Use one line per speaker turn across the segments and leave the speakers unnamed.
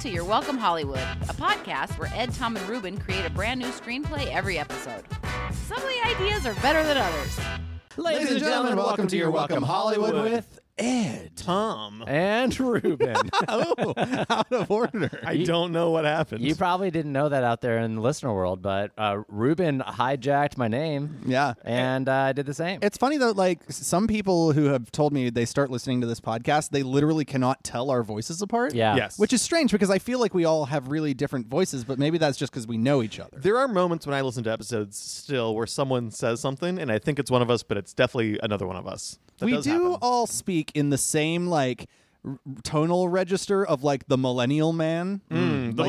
to Your Welcome Hollywood, a podcast where Ed, Tom, and Ruben create a brand new screenplay every episode. Some of the ideas are better than others.
Ladies and gentlemen, welcome to your Welcome Hollywood with Ed
Tom.
and Ruben.
Oh, out of order. I don't know what happened.
you probably didn't know that out there in the listener world, but uh, Ruben hijacked my name.
Yeah.
And uh, I did the same.
It's funny though, like some people who have told me they start listening to this podcast, they literally cannot tell our voices apart.
yeah.
yes.
Which is strange because I feel like we all have really different voices, but maybe that's just because we know each other.
there are moments when I listen to episodes still where someone says something and I think it's one of us, but it's definitely another one of us. That
we do
does happen.
all speak in the same like r- tonal register of like the millennial man.
Mm, the
Like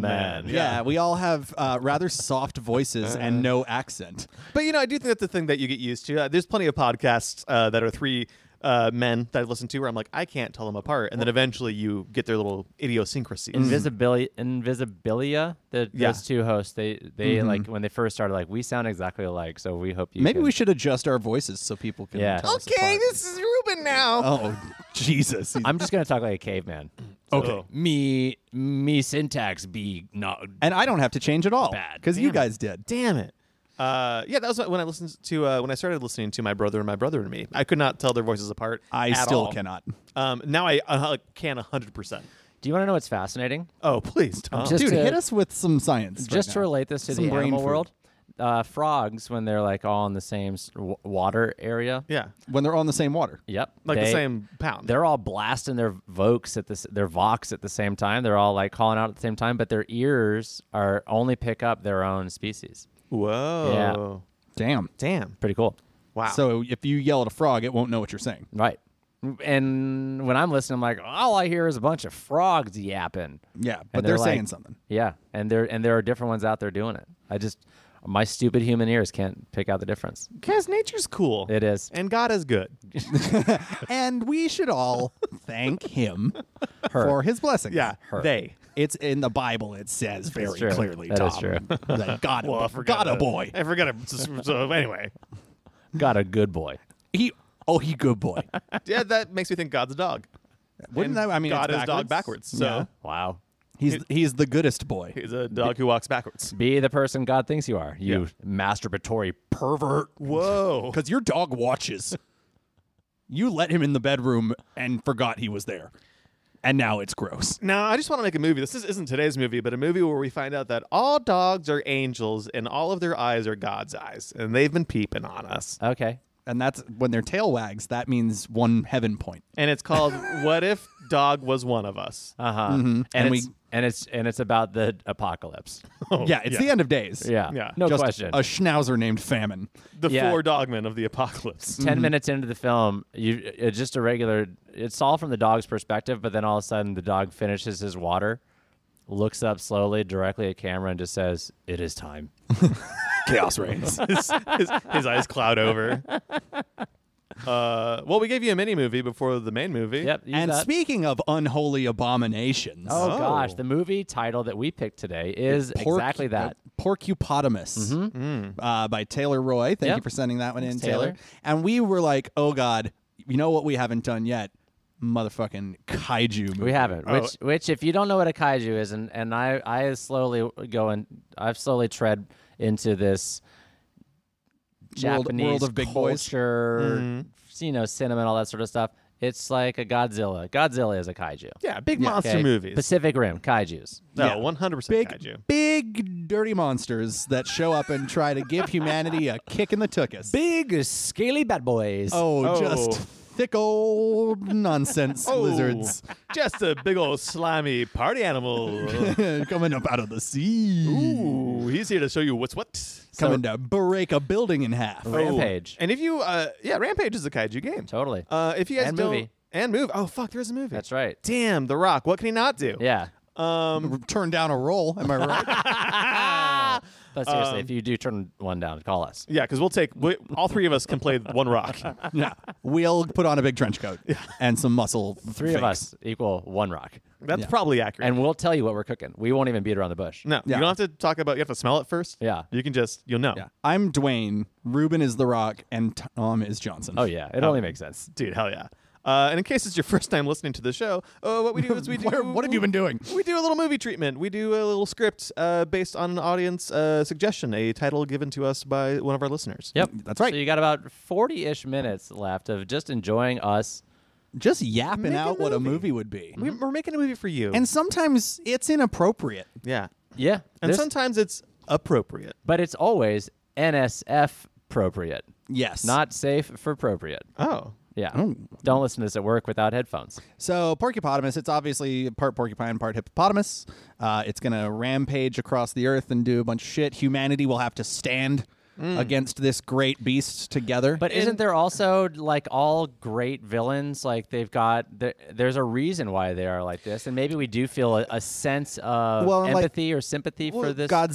millennial
man.
man.
Yeah, we all have uh, rather soft voices and no accent.
But you know, I do think that's the thing that you get used to. Uh, there's plenty of podcasts uh, that are three uh, men that I've listened to where I'm like, I can't tell them apart, and then eventually you get their little idiosyncrasies.
Invisibilia, Invisibilia, the,
Yeah.
those two hosts, they, they like, when they first started, like, we sound exactly alike, so we hope you.
Maybe
can-
we should adjust our voices so people can.
Yeah.
Tell us apart.
this is Ruben now.
Oh Jesus!
I'm just going to talk like a caveman.
Okay.
Me, me syntax be not.
and I don't have to change at all
Bad.
because you
Damn it.
guys did.
Damn it. Uh, yeah, that was when I listened to uh, when I started listening to my brother and my brother and me. I could not tell their voices apart.
I
at
still
all.
cannot.
Um, now I uh, can hundred percent.
Do you want to know what's fascinating?
Oh please, Tom.
Just
Dude,
to-
hit us with some science.
just
right
to
now.
relate this to
Some
the
brain
animal
food.
world, uh, frogs when they're like all in the same s- w- water area.
yeah,
when they're on the same water.
Yep.
like the
they-
same pound.
They're all blasting their vokes at this, their vox at the same time. They're all like calling out at the same time, but their ears are only pick up their own species.
Whoa.
Damn.
Damn.
Pretty cool,
Wow.
So if you yell at a frog, it won't know what you're saying.
right? And when I'm listening, I'm like, all I hear is a bunch of frogs yapping.
Yeah,
And
but they're,
like-
saying something.
Yeah, and there and there are different ones out there doing it. I just my stupid human ears can't pick out the difference.
because nature's cool.
It is.
and God is good.
And we should all thank him
Her.
for his blessings.
Yeah, they.
It's in the Bible. It says very
true.
clearly,
That
Tom,
is true.
that God,
Well, Oh, I
God
forgot
a
to-
boy.
I forgot. to- So, so anyway,
Got a good boy.
He, oh, he good boy.
yeah, that makes me think God's a dog.
Wouldn't
And
that? I mean,
God
it's
is dog backwards. So
Yeah.
Wow.
he's he's the goodest boy.
he's a dog who walks backwards.
Be the person God thinks you are. You
Yeah.
masturbatory pervert.
Whoa.
Because your dog watches. you let him in the bedroom and forgot he was there. And now it's gross.
Now, I just want to make a movie. This is, isn't today's movie, but a movie where we find out that all dogs are angels and all of their eyes are God's eyes, and they've been peeping on us.
Okay.
And that's when their tail wags, that means one heaven point.
And it's called "What If Dog Was One of Us."
Uh huh. And,
Mm-hmm. And
it's,
we-
and it's and it's about the apocalypse.
yeah, it's the end of days.
Yeah.
Yeah.
No
Just
question.
A schnauzer named Famine.
the
yeah.
four dogmen of the apocalypse.
10 minutes into the film, you it's just a regular. It's all from the dog's perspective, but then all of a sudden the dog finishes his water, looks up slowly directly at camera, and just says, "It is time."
Chaos reigns.
his, his- his eyes cloud over. Uh, well, we gave you a mini movie before the main movie.
Yep. use
and
that.
speaking of unholy abominations,
Oh,
Oh.
gosh, the movie title that we picked today is
Porc-
exactly that.
uh, Porcupotamus uh, by Taylor Roy. Thank
Yep.
you for sending that one in,
Thanks,
Taylor.
Taylor.
And we were like, oh God, you know what we haven't done yet? Motherfucking kaiju movie.
We haven't. Which, which, if you don't know what a kaiju is, and and I, I slowly go and I've slowly tread into this
World-
Japanese
world of big boys. Mm-hmm.
culture, you know, cinema and all that sort of stuff. It's like a Godzilla. Godzilla is a kaiju.
Yeah, big monster
Okay?
movies.
Pacific Rim kaiju's.
no, one hundred percent
big,
kaiju.
big dirty monsters that show up and try to give humanity a kick in the tuchus.
Big scaly bad boys.
oh,
Oh.
just thick old nonsense lizards
Oh, just a big old slimy party animal.
coming up out of the sea,
Ooh, he's here to show you what's what.
coming to break a building in half.
Rampage.
And if you, uh, yeah, Rampage is a kaiju game.
Totally.
Uh, if you guys
And
don't
movie.
and move, oh fuck, there is a movie.
That's right.
Damn, The Rock. What can he not do?
Yeah.
Um,
Turn down a roll, am I right?
But seriously,
Um,
if you do turn one down, call us.
Yeah, because we'll take we, all three of us can play one rock.
yeah. We'll put on a big trench coat and some muscle.
Three of us
fakes.
equal one rock.
That's probably accurate.
And we'll tell you what we're cooking. We won't even beat around the bush.
no,
Yeah.
you don't have to talk about. You have to smell it first.
Yeah.
you can just you'll know.
Yeah. I'm Dwayne. Ruben is The Rock, and Tom is Johnson.
Oh,
Oh yeah, it only makes sense.
Dude, hell yeah. Uh, and in case it's your first time listening to the show, uh, what we do is we do.
Where- what have you been doing?
We do a little movie treatment. We do a little script uh, based on an audience uh, suggestion, a title given to us by one of our listeners.
Yep,
That's right.
So you got about forty-ish minutes left of just enjoying us.
Just yapping
Make a
out what a
movie.
movie would be.
We, we're making a movie for you.
And sometimes it's inappropriate.
yeah.
Yeah,
And
there's-
sometimes it's appropriate.
but it's always NSF appropriate,
Yes.
not safe for appropriate.
Oh.
Yeah, don't listen to this at work without headphones.
So porcupotamus, it's obviously part porcupine, part hippopotamus. Uh, it's gonna rampage across the earth and do a bunch of shit. Humanity will have to stand against this great beast together.
Mm. But isn't there also like all great villains? Like they've got there, there's a reason why they are like this, and maybe we do feel a, a sense of
Well, and, like-
empathy or sympathy for
Well,
this
Godzilla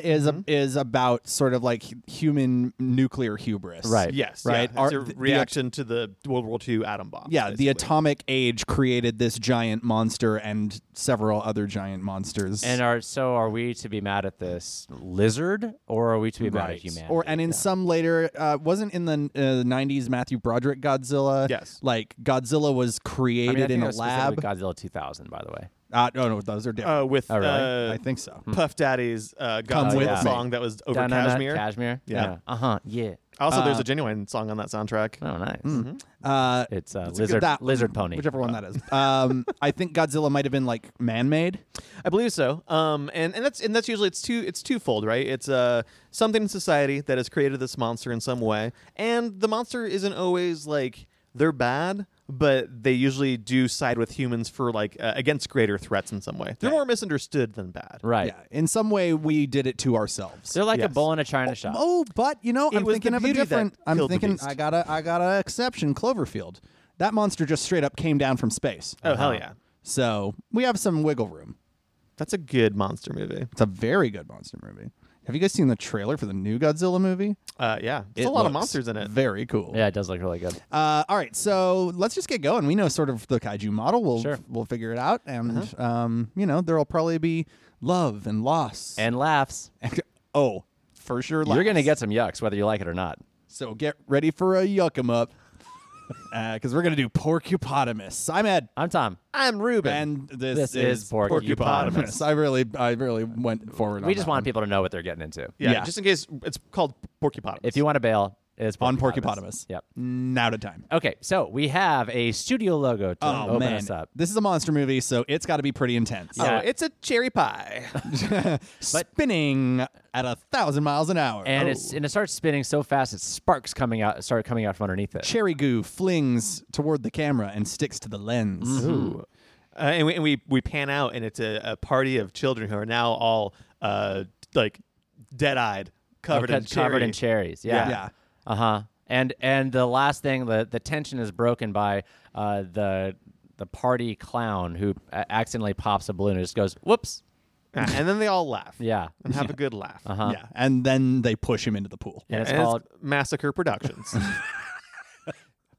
creature. Mm-hmm.
is a, is about sort of like hu- human nuclear hubris,
Right.
Yes.
Right.
Yeah. It's
Are-
a
the- the-
reaction to the World War II atom bomb.
Yeah, the
basically.
atomic age created this giant monster and several other giant monsters.
And are so are we to be mad at this lizard, or are we to be mad at
Right.
humanity?
Or and in some later, uh, wasn't in the uh, '90s Matthew Broderick Godzilla?
Yes.
like Godzilla was
I mean, I
created
think
in
it
a
was specifically
lab.
Godzilla 2000, by the way.
Uh, no, no, those are different.
Uh, with
Oh, really?
uh,
I think so.
Puff Daddy's uh,
Come
Godzilla
with
me.
song that was over
Da-na-na,
Kashmir.
Kashmir.
Yeah.
Uh huh. Yeah.
Also, there's a genuine song on that soundtrack.
Oh, nice.
Uh,
It's uh,
it's a good-
lizard
that-
lizard pony.
whichever one that is. Um, I think Godzilla might have been like man-made.
I believe so. Um, and, and that's and that's usually it's two it's twofold, right? It's uh something in society that has created this monster in some way, and the monster isn't always like they're bad, but they usually do side with humans for like uh, against greater threats in some way. They're more misunderstood than bad.
Right.
Yeah, in some way we did it to ourselves.
They're like
Yes.
a bull in a china shop.
Oh, but you know, I'm
was
thinking
the
of a
beauty that
different. I'm
killed the
thinking
beast.
I got to I got to exception. Cloverfield. That monster just straight up came down from space. Uh-huh.
Oh hell yeah,
So we have some wiggle room.
that's a good monster movie.
It's a very good monster movie. Have you guys seen the trailer for the new Godzilla movie?
Uh, yeah, there's
It
a lot of
looks
monsters in it.
Very cool.
Yeah, it does look really good.
Uh, all right, so let's just get going. We know sort of the kaiju model. We'll
Sure.
we'll figure it out, and
Uh-huh.
um, you know there'll probably be love and loss.
And laughs.
oh, for sure,
You're gonna
laughs.
get some yucks whether you like it or not.
So get ready for a yuck 'em up, because we're gonna do porcupotamus. I'm Ed,
I'm Tom.
I'm Ruben.
and this,
This is Porcupotamus.
I really, I really went forward.
We
on
just
that
want
one.
people to know what they're getting into.
yeah,
yeah.
just in case it's called Porcupine.
If you want to bail, it's
On
Porcupotamus.
Porcupotamus.
Yep.
now to time.
Okay, so we have a studio logo to
Oh
open
man,
us up.
this is a monster movie, so it's got to be pretty intense.
oh,
yeah.
it's a cherry pie.
Spinning at a thousand miles an hour,
And
Oh.
it's and it starts spinning so fast, it's sparks coming out start coming out from underneath it.
cherry goo flings toward the camera and sticks to the lens.
Mm-hmm. Hmm.
Ooh. Uh, and we, and we, we pan out, and it's a, a party of children who are now all uh, like dead eyed, covered, in
Cut- covered in
cherry.
cherries. Yeah.
Yeah.
Uh huh. And and the last thing, the the tension is broken by uh, the the party clown who uh, accidentally pops a balloon and just goes whoops.
Uh, and then they all laugh.
Yeah.
And have a good laugh. Uh-huh.
Yeah, and then they push him into the pool.
And it's called
Massacre Productions.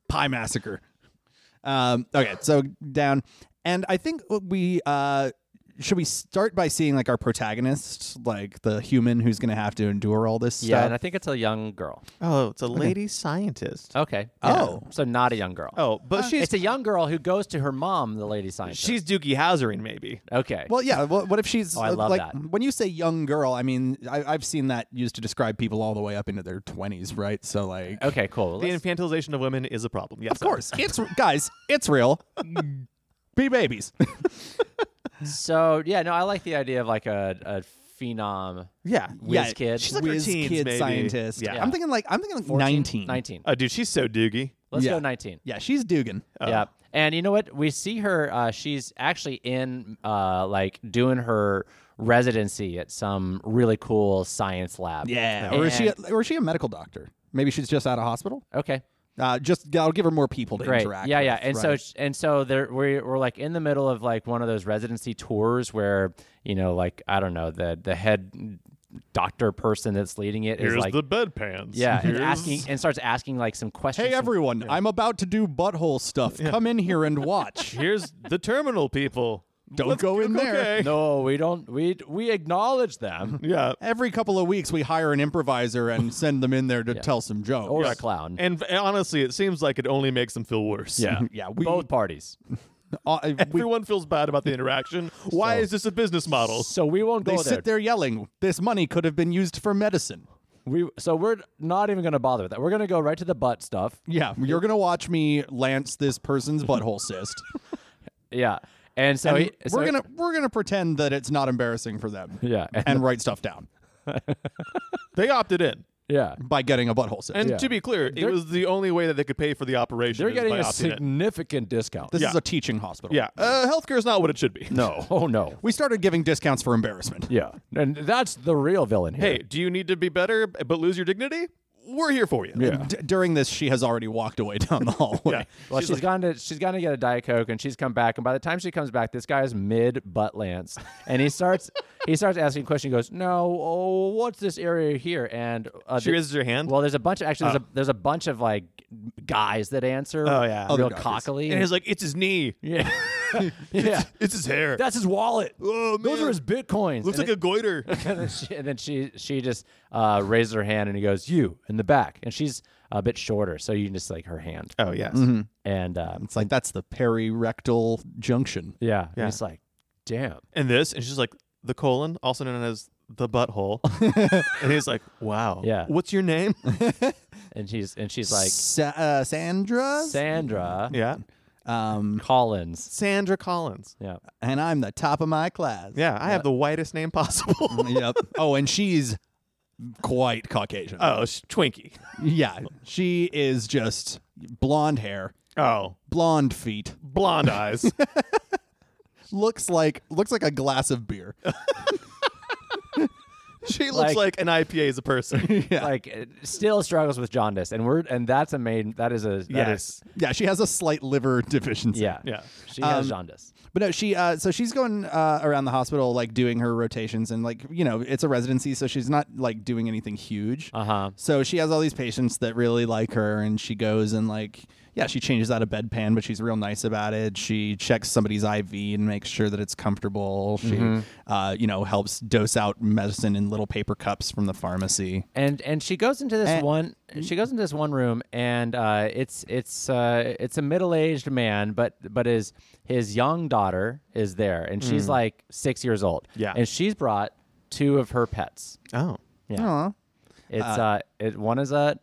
Pie massacre. Um, okay, so down, and I think what we uh, should we start by seeing like our protagonist, like the human who's going to have to endure all this
yeah, and I
stuff.
think it's a young girl.
oh, it's a lady scientist.
Okay.
Oh.
Yeah. so not a young girl.
Oh, but she's
it's a young girl who goes to her mom, the lady scientist.
she's Doogie Housering, maybe.
okay.
Well, yeah. What, what if she's
Oh, I
uh,
love
like
that.
when you say young girl? I mean, I, I've seen that used to describe people all the way up into their twenties, right? So like,
okay, cool.
The
Let's-
infantilization of women is a problem. Yes,
of course, it's guys, it's real. Be babies.
So yeah, no, I like the idea of like a, a phenom
Yeah.
whiz kid.
she's
like
like
her
whiz
teens,
kid
maybe.
scientist.
Yeah.
I'm thinking like I'm thinking like
19.
19.
19.
Oh, dude, she's so Doogie.
Let's
yeah.
go 19.
Yeah, she's Dugan.
Yeah. And you know what? We see her. Uh, she's actually in uh, like doing her residency at some really cool science lab.
yeah, Eh, or is she? A, or is she a medical doctor? Maybe she's just out of hospital.
Okay.
Uh, just I'll give her more people to
Great.
interact.
yeah,
with,
yeah. And so
right?
sh- and so there we're we're like in the middle of like one of those residency tours where you know like I don't know the the head doctor person that's leading it is like
bedpans.
yeah and asking and starts asking like some questions.
hey
some-
everyone, I'm about to do butthole stuff. Come in here and watch.
Here's the terminal people.
Don't
Let's
go in
cook,
there.
okay.
No, we don't. We we acknowledge them
Yeah.
Every couple of weeks, we hire an improviser and send them in there to tell some jokes.
or a clown.
And f- honestly, it seems like it only makes them feel worse.
yeah,
yeah, we-
both parties.
Uh, we,
Everyone feels bad about the interaction. Why
So-
is this a business model?
So we won't
they
go there.
sit there yelling, "This money could have been used for medicine."
We so we're not even going to bother with that. We're going to go right to the butt stuff.
Yeah, you're gonna watch me lance this person's butthole cyst.
Yeah, and so
And
he, so
we're
he-
gonna we're gonna pretend that it's not embarrassing for them.
Yeah.
and write stuff down
They opted in.
yeah.
by getting a butthole cyst.
And
Yeah.
to be clear,
They're-
it was the only way that they could pay for the operation.
They're
is
getting
by
a
opting in.
significant discount.
this
yeah.
is a teaching hospital.
Yeah. Uh, healthcare is not what it should be.
no, oh no.
we started giving discounts for embarrassment.
Yeah, and that's the real villain here.
Hey, do you need to be better but lose your dignity? We're here for you.
yeah.
D- during this, she has already walked away down the hallway.
Yeah.
Well, she's gone to she's gone to get a diet coke, and she's come back. And by the time she comes back, this guy is mid butt lance, and he starts he starts asking questions. He goes, "No, oh, what's this area here?" And uh, the-
She raises her hand.
Well, there's a bunch of actually there's a there's a bunch of like guys that answer.
Oh, yeah. Other
real
doctors.
cockily.
and he's like, it's his knee.
yeah, yeah.
It's his hair.
That's his wallet.
Oh,
Those
man.
are his bitcoins.
Looks
And
like a goiter.
and then she, and then she she just uh, raises her hand and he goes you in the back and she's a bit shorter so you can just like her hand
oh, yes.
and um,
It's like that's the perirectal junction.
yeah,
Yeah.
And it's like damn
And this, and she's like, the colon, also known as the butthole. and he's like, wow.
Yeah.
What's your name?
and she's and she's like
Sa- uh, Sandra,
Sandra
yeah.
um,
Collins
Sandra Collins.
yeah
and I'm the top of my class.
Yeah, I have the whitest name
Mm-hmm.
possible.
yep. Oh, and she's quite Caucasian.
oh, sh- Twinkie.
yeah, she is just blonde hair,
Oh,
blonde feet.
blonde eyes.
Looks like looks like a glass of beer.
she
Like-
looks like, an IPA as a person.
Yeah.
like it still struggles with jaundice and we're and that's a main that is a that is-
yeah, she has a slight liver deficiency.
yeah
Yeah.
she has
Um,
jaundice
But no, she uh, so she's going uh, around the hospital like doing her rotations and like you know it's a residency, so she's not like doing anything huge.
uh huh
So she has all these patients that really like her, and she goes and like yeah, she changes out a bedpan, but she's real nice about it. She checks somebody's IV and makes sure that it's comfortable. She uh, you know helps dose out medicine in little paper cups from the pharmacy.
and and she goes into this
And-
one she goes into this one room and uh, it's it's uh, it's a middle-aged man but but his his young daughter is there and she's like six years old
Yeah.
and she's brought two of her pets
Oh.
yeah
Aw.
it's uh, it one is a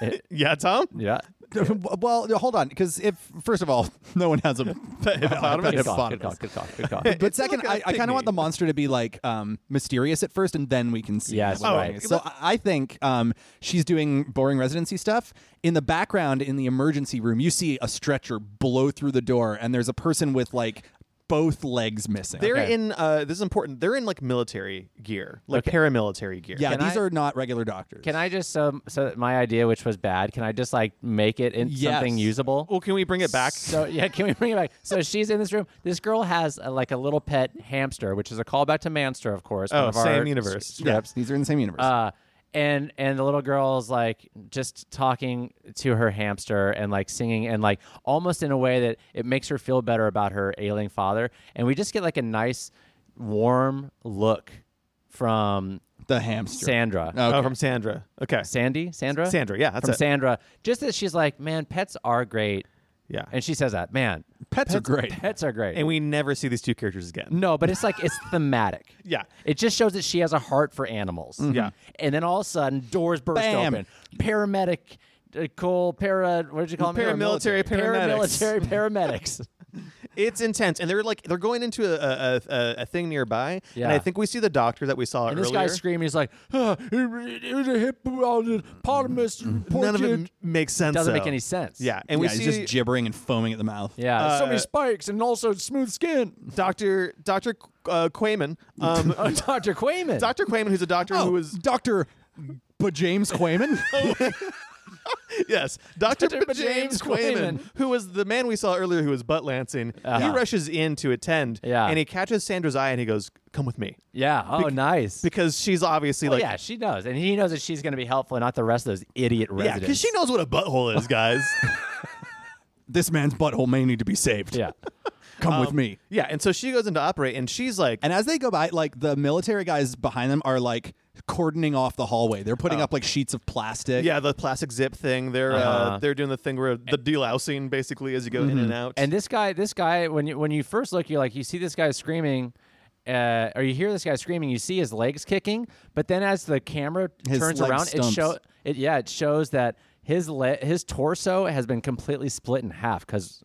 it,
Yeah, Tom?
yeah
well, hold on, because if first of all, no one has a pet
hippopotamus.
good call, good call, good call, good call.
But second,
like a
I, I kind
pygmy.
of want the monster to be like um, mysterious at first, and then we can see.
Yes,
what
right.
it is. So I I think um, she's doing boring residency stuff. In the background, in the emergency room, you see a stretcher blow through the door, and there's a person with like both legs missing.
They're
Okay.
in, uh, this is important, they're in like military gear, like paramilitary gear.
yeah,
Can
these
I-
are not regular doctors.
Can I just um, so that my idea, which was bad, can I just like make it in
Yes.
something usable?
Well, can we bring it back?
So yeah, can we bring it back? So she's in this room. This girl has a, like a little pet hamster, which is a callback to Manster, of course. one
Oh,
of our
same universe.
s-
Yeah,
strips.
these are in the same universe.
Uh, and and the little girl's like just talking to her hamster and like singing and like almost in a way that it makes her feel better about her ailing father. And we just get like a nice, warm look from
the hamster.
Sandra.
Oh, from Sandra. Okay.
Sandy, Sandra,
Sandra, yeah, that's
from
it.
Sandra. Just that she's like, man, pets are great,
Yeah.
and she says that, man,
Pets are great.
pets are great.
and we never see these two characters again.
no, but it's like it's thematic.
Yeah. Mm-hmm.
it just shows that she has a heart for animals.
Yeah.
and then all of a sudden, doors burst
Bam.
open. Paramedic, uh, cool para. What did you call them?
Paramilitary
paramilitary paramedics.
It's intense, and they're like they're going into a a, a, a thing nearby,
Yeah.
and I think we see the doctor that we saw
And
earlier.
this guy's screaming. He's like, "Ah, it, it was a hippopotamus.
Mm. None of it
portrait."
m- makes sense.
doesn't make
though.
any sense.
Yeah,
and
and
yeah,
we
he's
see
just gibbering and foaming at the mouth.
Yeah, so many
Uh,
spikes and also smooth skin.
Doctor Doctor Qu- uh, Quayman, um,
Oh, Dr. Quayman.
Doctor Quayman, who's a doctor
Oh,
who was
Doctor. But James Quayman.
yes, Doctor
Dr. James
James Quayman,
Quayman.
who was the man we saw earlier who was butt lancing. He
Uh-huh.
rushes in to attend,
Yeah.
and he catches Sandra's eye, and he goes, "Come with me,"
Yeah. Oh,
Bec-
nice.
because she's obviously
Well,
like,
Oh, yeah, she knows, and he knows that she's going to be helpful, and not the rest of those idiot residents.
because she knows what a butthole is, guys.
this man's butthole may need to be saved.
Yeah.
come with
Um,
me.
Yeah, and so she goes into operate, and she's like,
And as they go by, like the military guys behind them are like cordoning off the hallway. They're putting up like sheets of plastic.
yeah, the plastic zip thing. They're uh,
Uh-huh.
they're doing the thing where the delousing basically as you go in and out.
And this guy, this guy, when you when you first look, you're like, you see this guy screaming, uh, or you hear this guy screaming. You see his legs kicking, but then as the camera
His
turns
leg
around,
stumps.
it show it. Yeah, it shows that his le- his torso has been completely split in half because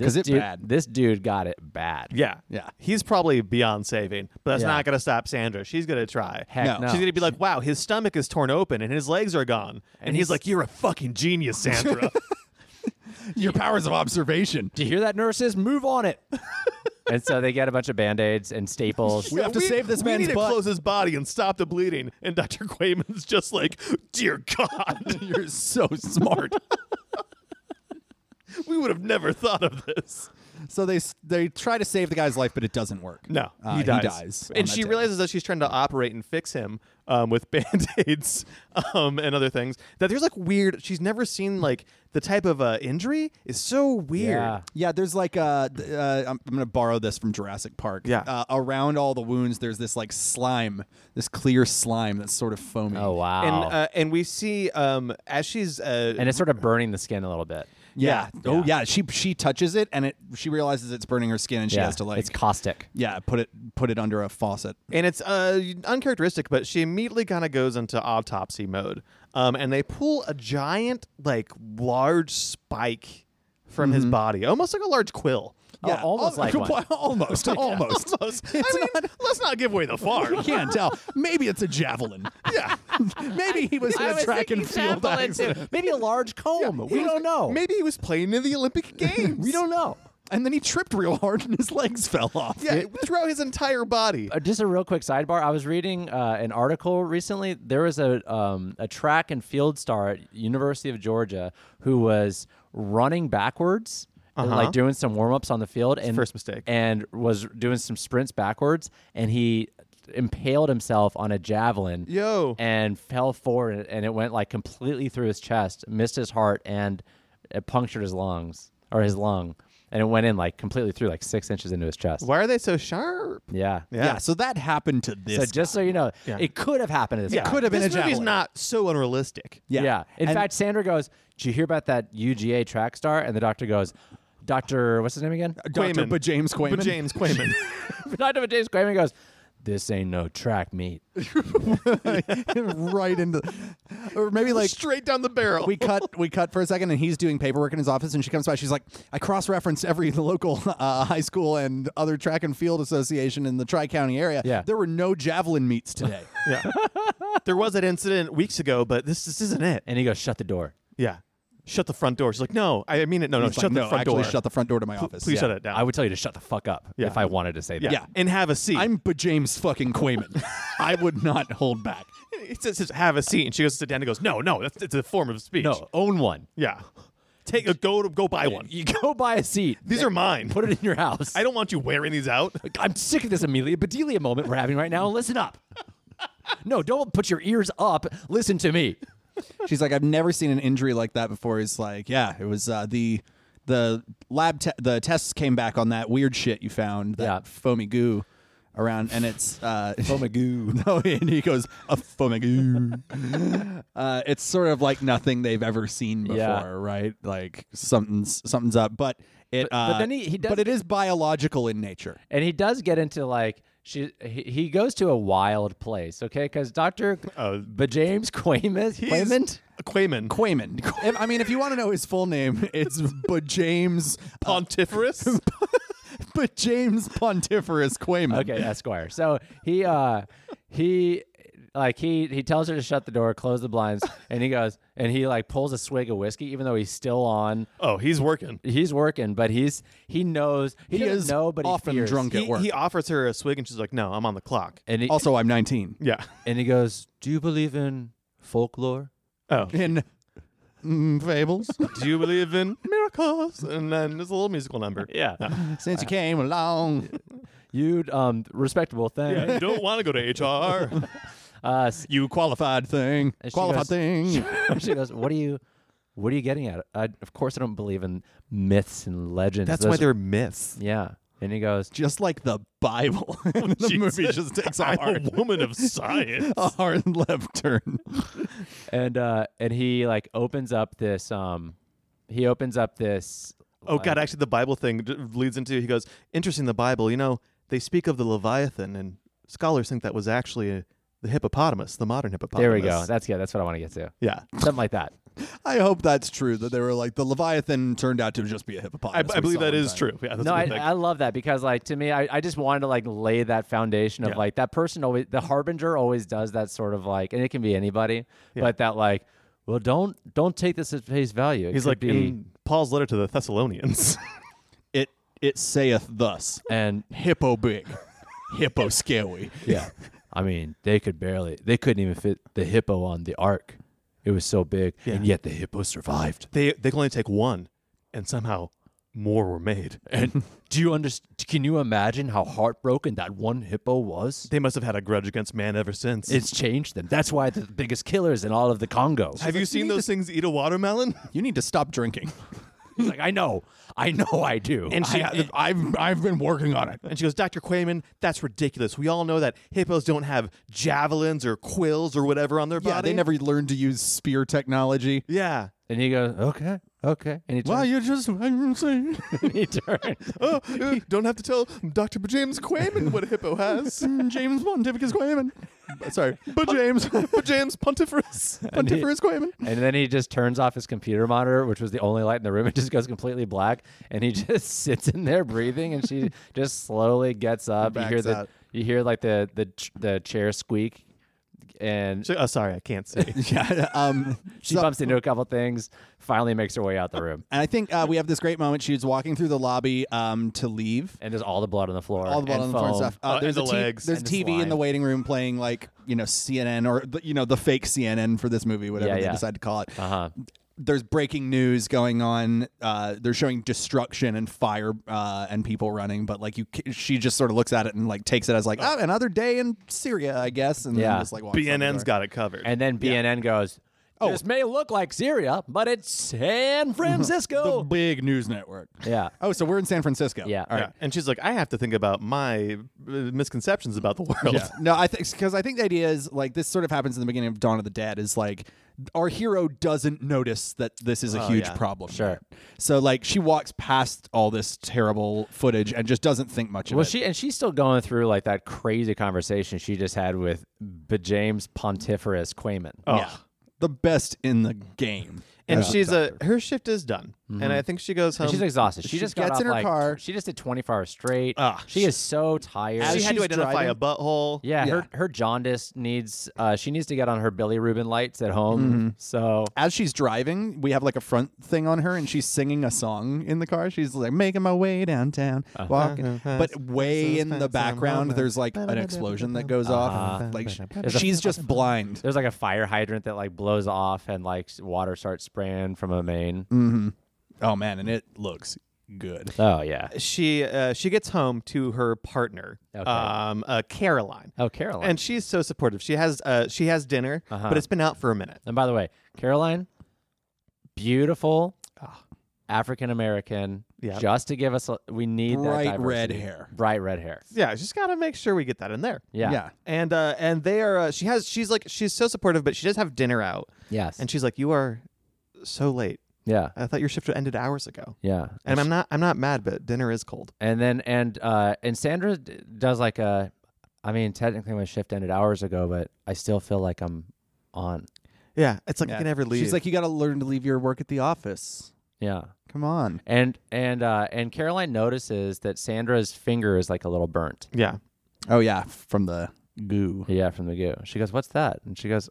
'Cause it
dude,
bad.
This dude got it bad.
yeah,
Yeah.
he's probably beyond saving, but that's
Yeah.
not gonna stop Sandra. She's gonna try.
Heck
No.
no.
She's gonna be like, "Wow, his stomach is torn open and his legs are gone," and, he's,
he's-
like, "You're a fucking genius, Sandra."
Your powers of observation.
Do you hear that, nurses? Move on it. and so they get a bunch of band aids and staples.
We have to save this man's
We need
butt.
to close his body and stop the bleeding. And Dr. Quayman's just like, "Dear God,
You're so smart.
we would have never thought of this."
so they s- they try to save the guy's life, but it doesn't work.
No,
Uh,
he, dies.
on
And
that
she
day.
realizes that she's trying to operate and fix him um, with band aids um, and other things. That there's like weird. She's never seen like the type of uh, injury is so weird.
Yeah.
Yeah, there's like uh, th- uh I'm, I'm gonna borrow this from Jurassic Park.
Yeah.
uh, around all the wounds, there's this like slime, this clear slime that's sort of foamy.
Oh wow.
And uh, and we see um, as she's uh,
and it's sort of burning the skin a little bit.
Yeah.
Yeah.
Oh yeah. She she touches it and it she realizes it's burning her skin and she
yeah.
has to like
it's caustic.
yeah put it put it under a faucet.
and it's uh, uncharacteristic, but she immediately kind of goes into autopsy mode. Um, and they pull a giant, like large spike from his body, almost like a large quill.
Oh, almost
al-
like one.
almost almost.
Almost. I mean, let's not give away the
You
farm.
can't tell. Maybe it's a javelin. Yeah. Maybe he was in
I
a
was
track
thinking
and field.
javelin,
accident.
Maybe a large comb. we don't know.
Maybe he was playing in the Olympic Games.
we don't know.
And then he tripped real hard and his legs fell off.
Yeah, throughout his entire body.
Uh, just a real quick sidebar. I was reading uh, an article recently. There was a um, a track and field star at University of Georgia who was running backwards, and, like doing some warm ups on the field, and
Uh-huh. first mistake.
and was doing some sprints backwards, and he impaled himself on a javelin.
Yo.
And fell forward, and it went like completely through his chest, missed his heart, and it punctured his lungs or his lung, and it went in like completely through, like six inches into his chest.
Why are they so sharp?
Yeah.
Yeah. so that happened to this.
So just so you know, it could have happened to this. guy.
could have been
this
a
movie's
javelin.
not so unrealistic.
yeah.
Yeah. In
And-
fact, Sandra goes, "Did you hear about that UGA track star?" And the doctor goes, "Doctor, what's his name again?"
Dr.
Quayman.
But James Quayman.
But James Quayman.
Doctor James Quayman goes, "This ain't no track meet."
right into, or maybe like
Straight down the barrel.
we cut we cut for a second and he's doing paperwork in his office and she comes by she's like i cross-referenced every local uh, high school and other track and field association in the tri-county area
Yeah.
there were no javelin meets today
yeah. there was that incident weeks ago, but this this isn't it.
And he goes, "Shut the door."
Yeah. Shut the front door. She's like, no, I mean it. No, no,
He's
shut
like,
the
no
front
actually
door.
shut the front door to my office
please
Yeah.
shut it down.
I would tell you to shut the fuck up
Yeah.
if I wanted to say that.
yeah.
yeah.
And have a seat.
i'm but james fucking quayman i would not hold back
it says, says, have a seat. And she goes to sit down and goes, no, no, that's it's a form of speech.
No, own one.
Yeah. Take a go to go buy one.
You go buy a seat.
These are mine.
Put it in your house.
I don't want you wearing these out.
I'm sick of this Amelia Bedelia moment we're having right now. Listen up. No, don't put your ears up. Listen to me.
she's like i've never seen an injury like that before he's like yeah it was uh, the the lab te- the tests came back on that weird shit you found that
Yeah.
foamy goo around and it's uh No, and he goes a fumigoo. uh, it's sort of like nothing they've ever seen before,
Yeah.
right? Like something's something's up, but it.
But- but
uh,
then he- he does-
But it is biological in nature.
and he does get into like she he, he goes to a wild place okay because dr
Oh.
but james Quayman, Quayman?
Quayman.
Quayman. If- I mean, if you want to know his full name, it's but James,
Pontiferous.
but James Pontiferous Quayman.
okay esquire so he uh he like he he tells her to shut the door close the blinds and he goes and he like pulls a swig of whiskey even though he's still on
oh, he's working.
he's working but he's he knows he,
He
doesn't
is
know but
often
he fears.
drunk at
He,
work.
he offers her a swig and she's like, no, I'm on the clock.
and he
also, I'm 19.
Yeah.
and he goes do you believe in folklore
Oh.
In mm, fables,
Do you believe in miracles? And then there's a little musical number.
yeah
since you came along,
you um respectable thing
You don't want to go to HR.
uh s-
you qualified thing,
And she
qualified
goes-
thing.
she goes, "What do you, what are you getting at? I, of course, I don't believe in myths and legends.
That's
Those
why
are-
they're myths.
Yeah. And he goes,
Just like the Bible, the movie just takes Oh. a hard,
woman of science.
a hard left turn.
and uh, and he like opens up this um, he opens up this.
Oh God! Actually, the Bible thing d- leads into. He goes, "Interesting, the Bible. You know, they speak of the Leviathan, and scholars think that was actually uh the hippopotamus, the modern hippopotamus."
There we go. That's good. That's what I want to get to.
yeah,
Something like that.
I hope that's true. That they were like the Leviathan turned out to just be a
I,
hippopotamus.
I
We
believe
saw
that
one
is
time.
true. Yeah, that's
no,
what
I,
I think.
I love that because like to me, I, I just wanted to like lay that foundation of
Yeah.
like that person always the harbinger always does that sort of like, and it can be anybody, but that like, well, don't don't take this at face value. It
He's
could
like
be,
in Paul's letter to the Thessalonians.
It it saith thus:
and
hippo big, hippo scary.
yeah, I mean, they could barely, they couldn't even fit the hippo on the ark. It was so big, and yet the hippo survived.
they they can only take one, and somehow more were made.
And do you understand? Can you imagine how heartbroken that one hippo was?
They must have had a grudge against man ever since.
It's changed them. That's why they're the biggest killers in all of the Congo.
have
like,
you
"You
seen
need
those things eat a watermelon?
You need to stop drinking.
He's like, I know, I know, I do.
And she-
I, I've I've been working on it.
And she goes, Dr. Quayman, that's ridiculous. We all know that hippos don't have javelins or quills or whatever on their
Yeah,
body.
they never learned to use spear technology.
Yeah.
And he goes, okay, okay. And he
Well,
turned.
you just
and he turned.
Oh, uh, don't have to tell Dr. James Quayman what a hippo has.
Mm, James Pontificus Quayman. Sorry,
But James, but James Pontiferous, Pontiferous Quayman.
And then he just turns off his computer monitor, which was the only light in the room. It just goes completely black, and he just sits in there breathing. And she just slowly gets up. You hear
Backs
the,
out.
you hear like the the ch- the chair squeak, and
So, oh, sorry, I can't see.
yeah. Um,
she
so-
bumps into a couple things. Finally, makes her way out the room,
and I think uh, we have this great moment. She's walking through the lobby um, to leave.
and there's all the blood on the floor,
All the blood
and
on the floor and
foam.
stuff. Uh,
Oh,
there's
and
a
the
T-
legs.
There's
And
TV in
slime.
the waiting room playing like you know CNN or the, you know the fake CNN for this movie, whatever
Yeah,
they
yeah.
decide to call it.
Uh huh.
There's breaking news going on. Uh, they're showing destruction and fire uh, and people running, but like you, ca- she just sort of looks at it and like takes it as like oh, another day in Syria, I guess, and
Yeah.
then just like walks out the
BNN's
door.
got it covered.
And then BNN goes. This may look like Syria, but it's San
Oh. the
Francisco.
big news network.
yeah.
Oh, so we're in San Francisco.
Yeah.
All
Yeah.
right.
And she's like, I have to think about my uh, misconceptions about the world.
Yeah. No, I think because I think the idea is like this sort of happens in the beginning of Dawn of the Dead is like our hero doesn't notice that this is a huge
yeah.
problem.
Oh, Sure.
So like she walks past all this terrible footage and just doesn't think much of
Well,
it.
she and she's still going through like that crazy conversation she just had with B- James Pontiferous Quayman.
Oh.
yeah. The best in the game.
And
Yeah. Mm-hmm.
she's a her shift is done, and I think she goes home.
And she's exhausted. She,
she
just got
gets
off,
in her
like,
car.
She just did 24 hours straight.
Ah,
she is so tired.
she
As
had to
she's
identify
driving-
a butthole.
yeah,
Yeah.
her her jaundice needs. Uh, she needs to get on her Billy Rubin lights at home.
Mm-hmm.
So
as she's driving, we have like a front thing on her, and she's singing a song in the car. She's like making my way downtown,
Uh-huh.
walking. But way in the background, there's like an explosion that goes
Ah.
off. Like sh-
There's a-
she's just blind.
there's like a fire hydrant that like blows off and like s- water starts spraying from a main.
Oh man, and it looks good.
Oh yeah.
She uh, she gets home to her partner,
Okay.
um, uh, Caroline,
Oh Caroline.
and she's so supportive. She has uh, she has dinner, but it's been out for a minute.
And by the way, Caroline, beautiful
Ah.
African American.
Yep.
Just to give us, a, we need that
Bright red
diversity.
hair.
Bright red hair.
Yeah, just gotta make sure we get that in there.
Yeah.
Yeah.
And uh, and they are uh, she has she's like she's so supportive, but she does have dinner out,
Yes.
and she's like, "You are so late.
yeah.
I thought your shift ended hours ago."
Yeah.
And I'm not I'm not mad, but dinner is cold.
And then and uh and Sandra d- does like a, I mean technically my shift ended hours ago, but I still feel like I'm on.
Yeah, it's like I
Yeah.
can never leave.
She's like, you got to learn to leave your work at the office.
Yeah.
Come on.
And and uh and Caroline notices that Sandra's finger is like a little burnt.
yeah.
Oh yeah, from the goo.
Yeah, from the goo. She goes, "What's that?" And she goes,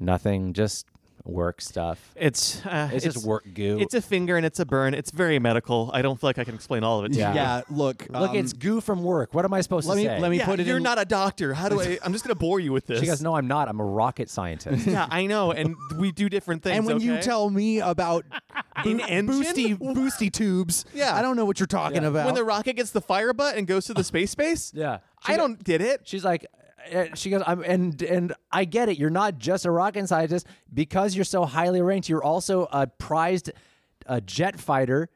"Nothing, just work stuff."
It's uh,
It's, just work goo.
It's a finger and it's a burn. It's very medical. I don't feel like I can explain all of it. to
Yeah.
you.
Yeah. Look.
Look,
um,
it's goo from work. What am I supposed
let
to
me
say?
let me
Yeah,
put it.
you're
in,
not a doctor. How do I? I'm just gonna bore you with this.
She goes, "No, I'm not. I'm a rocket scientist."
Yeah, I know, and we do different things.
And when you
okay?
tell me about bo-
An engine?
boosty boosty tubes,
Yeah.
I don't know what you're talking about.
when the rocket gets the fire butt and goes to the space base,
yeah.
I don't did it.
She's like, and she goes, I'm, and and I get it. You're not just a rocket scientist because you're so highly ranked. You're also a prized uh, jet fighter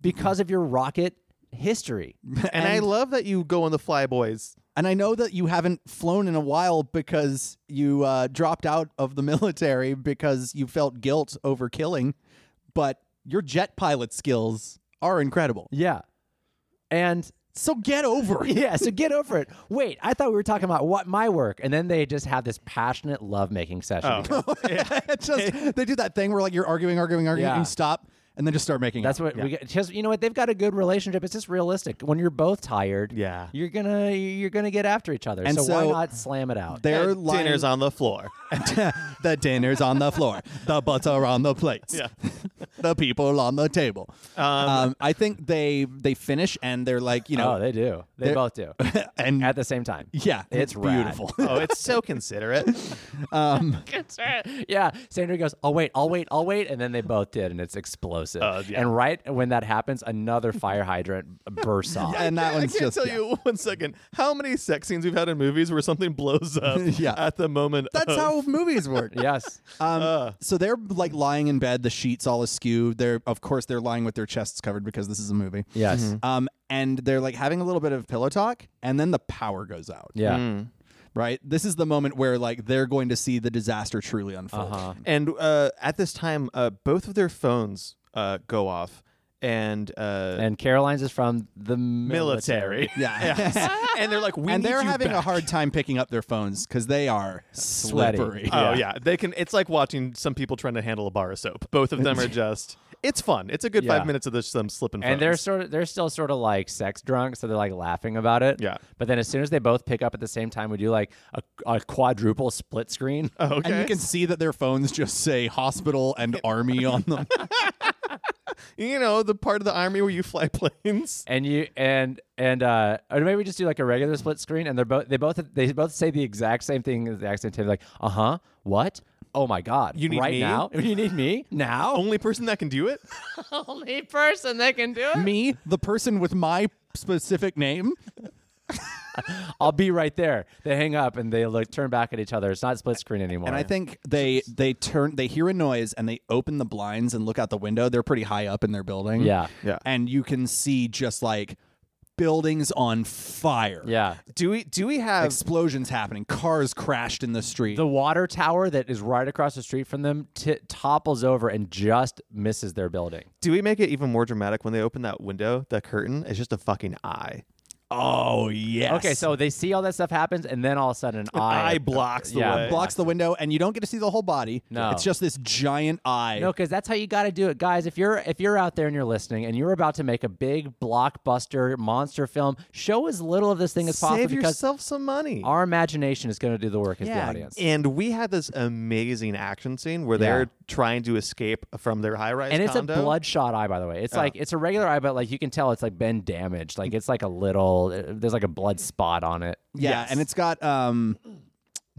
because of your rocket history.
And, I love that you go on the flyboys.
And I know that you haven't flown in a while because you uh, dropped out of the military because you felt guilt over killing, but your jet pilot skills are incredible.
yeah, and
So get over it.
yeah, so get over it. Wait, I thought we were talking about what my work, and then they just have this passionate lovemaking session.
Oh.
together.
It's just they do that thing where like you're arguing, arguing, arguing,
Yeah.
and you stop and then just start making.
That's
out.
what we get. Just, you know what they've got a good relationship. It's just realistic. When you're both tired,
Yeah.
you're gonna you're gonna get after each other.
And
so, why
so-
not slam it out?
Their
And
line-
Dinner's on the floor.
the dinner's on the floor. The butts are on the plates.
Yeah.
the people on the table. Um, I think they they finish and they're like, you know,
oh, they do. They
they're-
both do
and
at the same time.
yeah,
It's
it's,
rad.
beautiful.
oh, it's so considerate.
yeah, Sandra goes, "I'll wait, I'll wait, I'll wait," and then they both did, and it's explosive.
Uh, yeah.
And right when that happens, another fire hydrant bursts off.
and that
I
one's
can't
just
tell
yeah.
you one second how many sex scenes we've had in movies where something blows up
Yeah.
at the moment.
That's
of-
how movies work.
Yes.
Um,
Uh.
So they're like lying in bed, the sheets all askew. They're of course they're lying with their chests covered because this is a movie.
Yes.
Um, and they're like having a little bit of pillow talk, and then the power goes out.
Yeah.
Mm. Right. This is the moment where like they're going to see the disaster truly unfold.
Uh-huh.
And uh, at this time, uh, both of their phones uh, go off, and uh,
And Caroline's is from the military.
military.
Yeah.
and they're like, we
and
need
they're
you
having a
back.
hard time picking up their phones because they are
Sweaty. Uh,
slippery.
Oh yeah. they can. It's like watching some people trying to handle a bar of soap. Both of them are just. It's fun. It's a good
Yeah.
five minutes of this them slipping.
And they're
phones.
sort of they're still sort of like sex drunk, so they're like laughing about it.
Yeah.
But then as soon as they both pick up at the same time, we do like a, a quadruple split screen.
okay.
And you can see that their phones just say hospital and army on them.
you know the part of the army where you fly planes.
and you and and uh or maybe we just do like a regular split screen and they're both they both they both say the exact same thing at the exact same time like uh-huh what oh my god
You need
right
me?
now you need me now
Only person that can do it.
Only person that can do it.
Me, the person with my specific name.
i'll be right there they hang up and they look turn back at each other it's not split screen anymore
And I think they they turn they hear a noise and they open the blinds and look out the window. They're pretty high up in their building.
Yeah.
Yeah.
And you can see just like buildings on fire.
yeah
Do we? Do we have?
Explosions happening. Cars crashed in the street.
the water tower that is right across the street from them t- topples over and just misses their building
Do we make it even more dramatic when they open that window, that curtain? It's just a fucking eye.
oh yes.
okay so they see all that stuff happens and then all of a sudden an eye
eye blocks the
yeah,
way.
blocks the window and you don't get to see the whole body.
No.
It's just this giant eye.
No, because that's how you got to do it, guys. If you're if you're out there and you're listening and you're about to make a big blockbuster monster film, show as little of this thing as possible
Save
because
yourself some money.
our imagination is going to do the work as the
Yeah,
audience.
and we had this amazing action scene where they're trying to escape from their high-rise
and it's
condo.
a bloodshot eye, by the way. It's
Oh.
like it's a regular eye, but like you can tell it's like been damaged. Like it's like a little uh, there's like a blood spot on it.
Yeah,
Yes.
and it's got um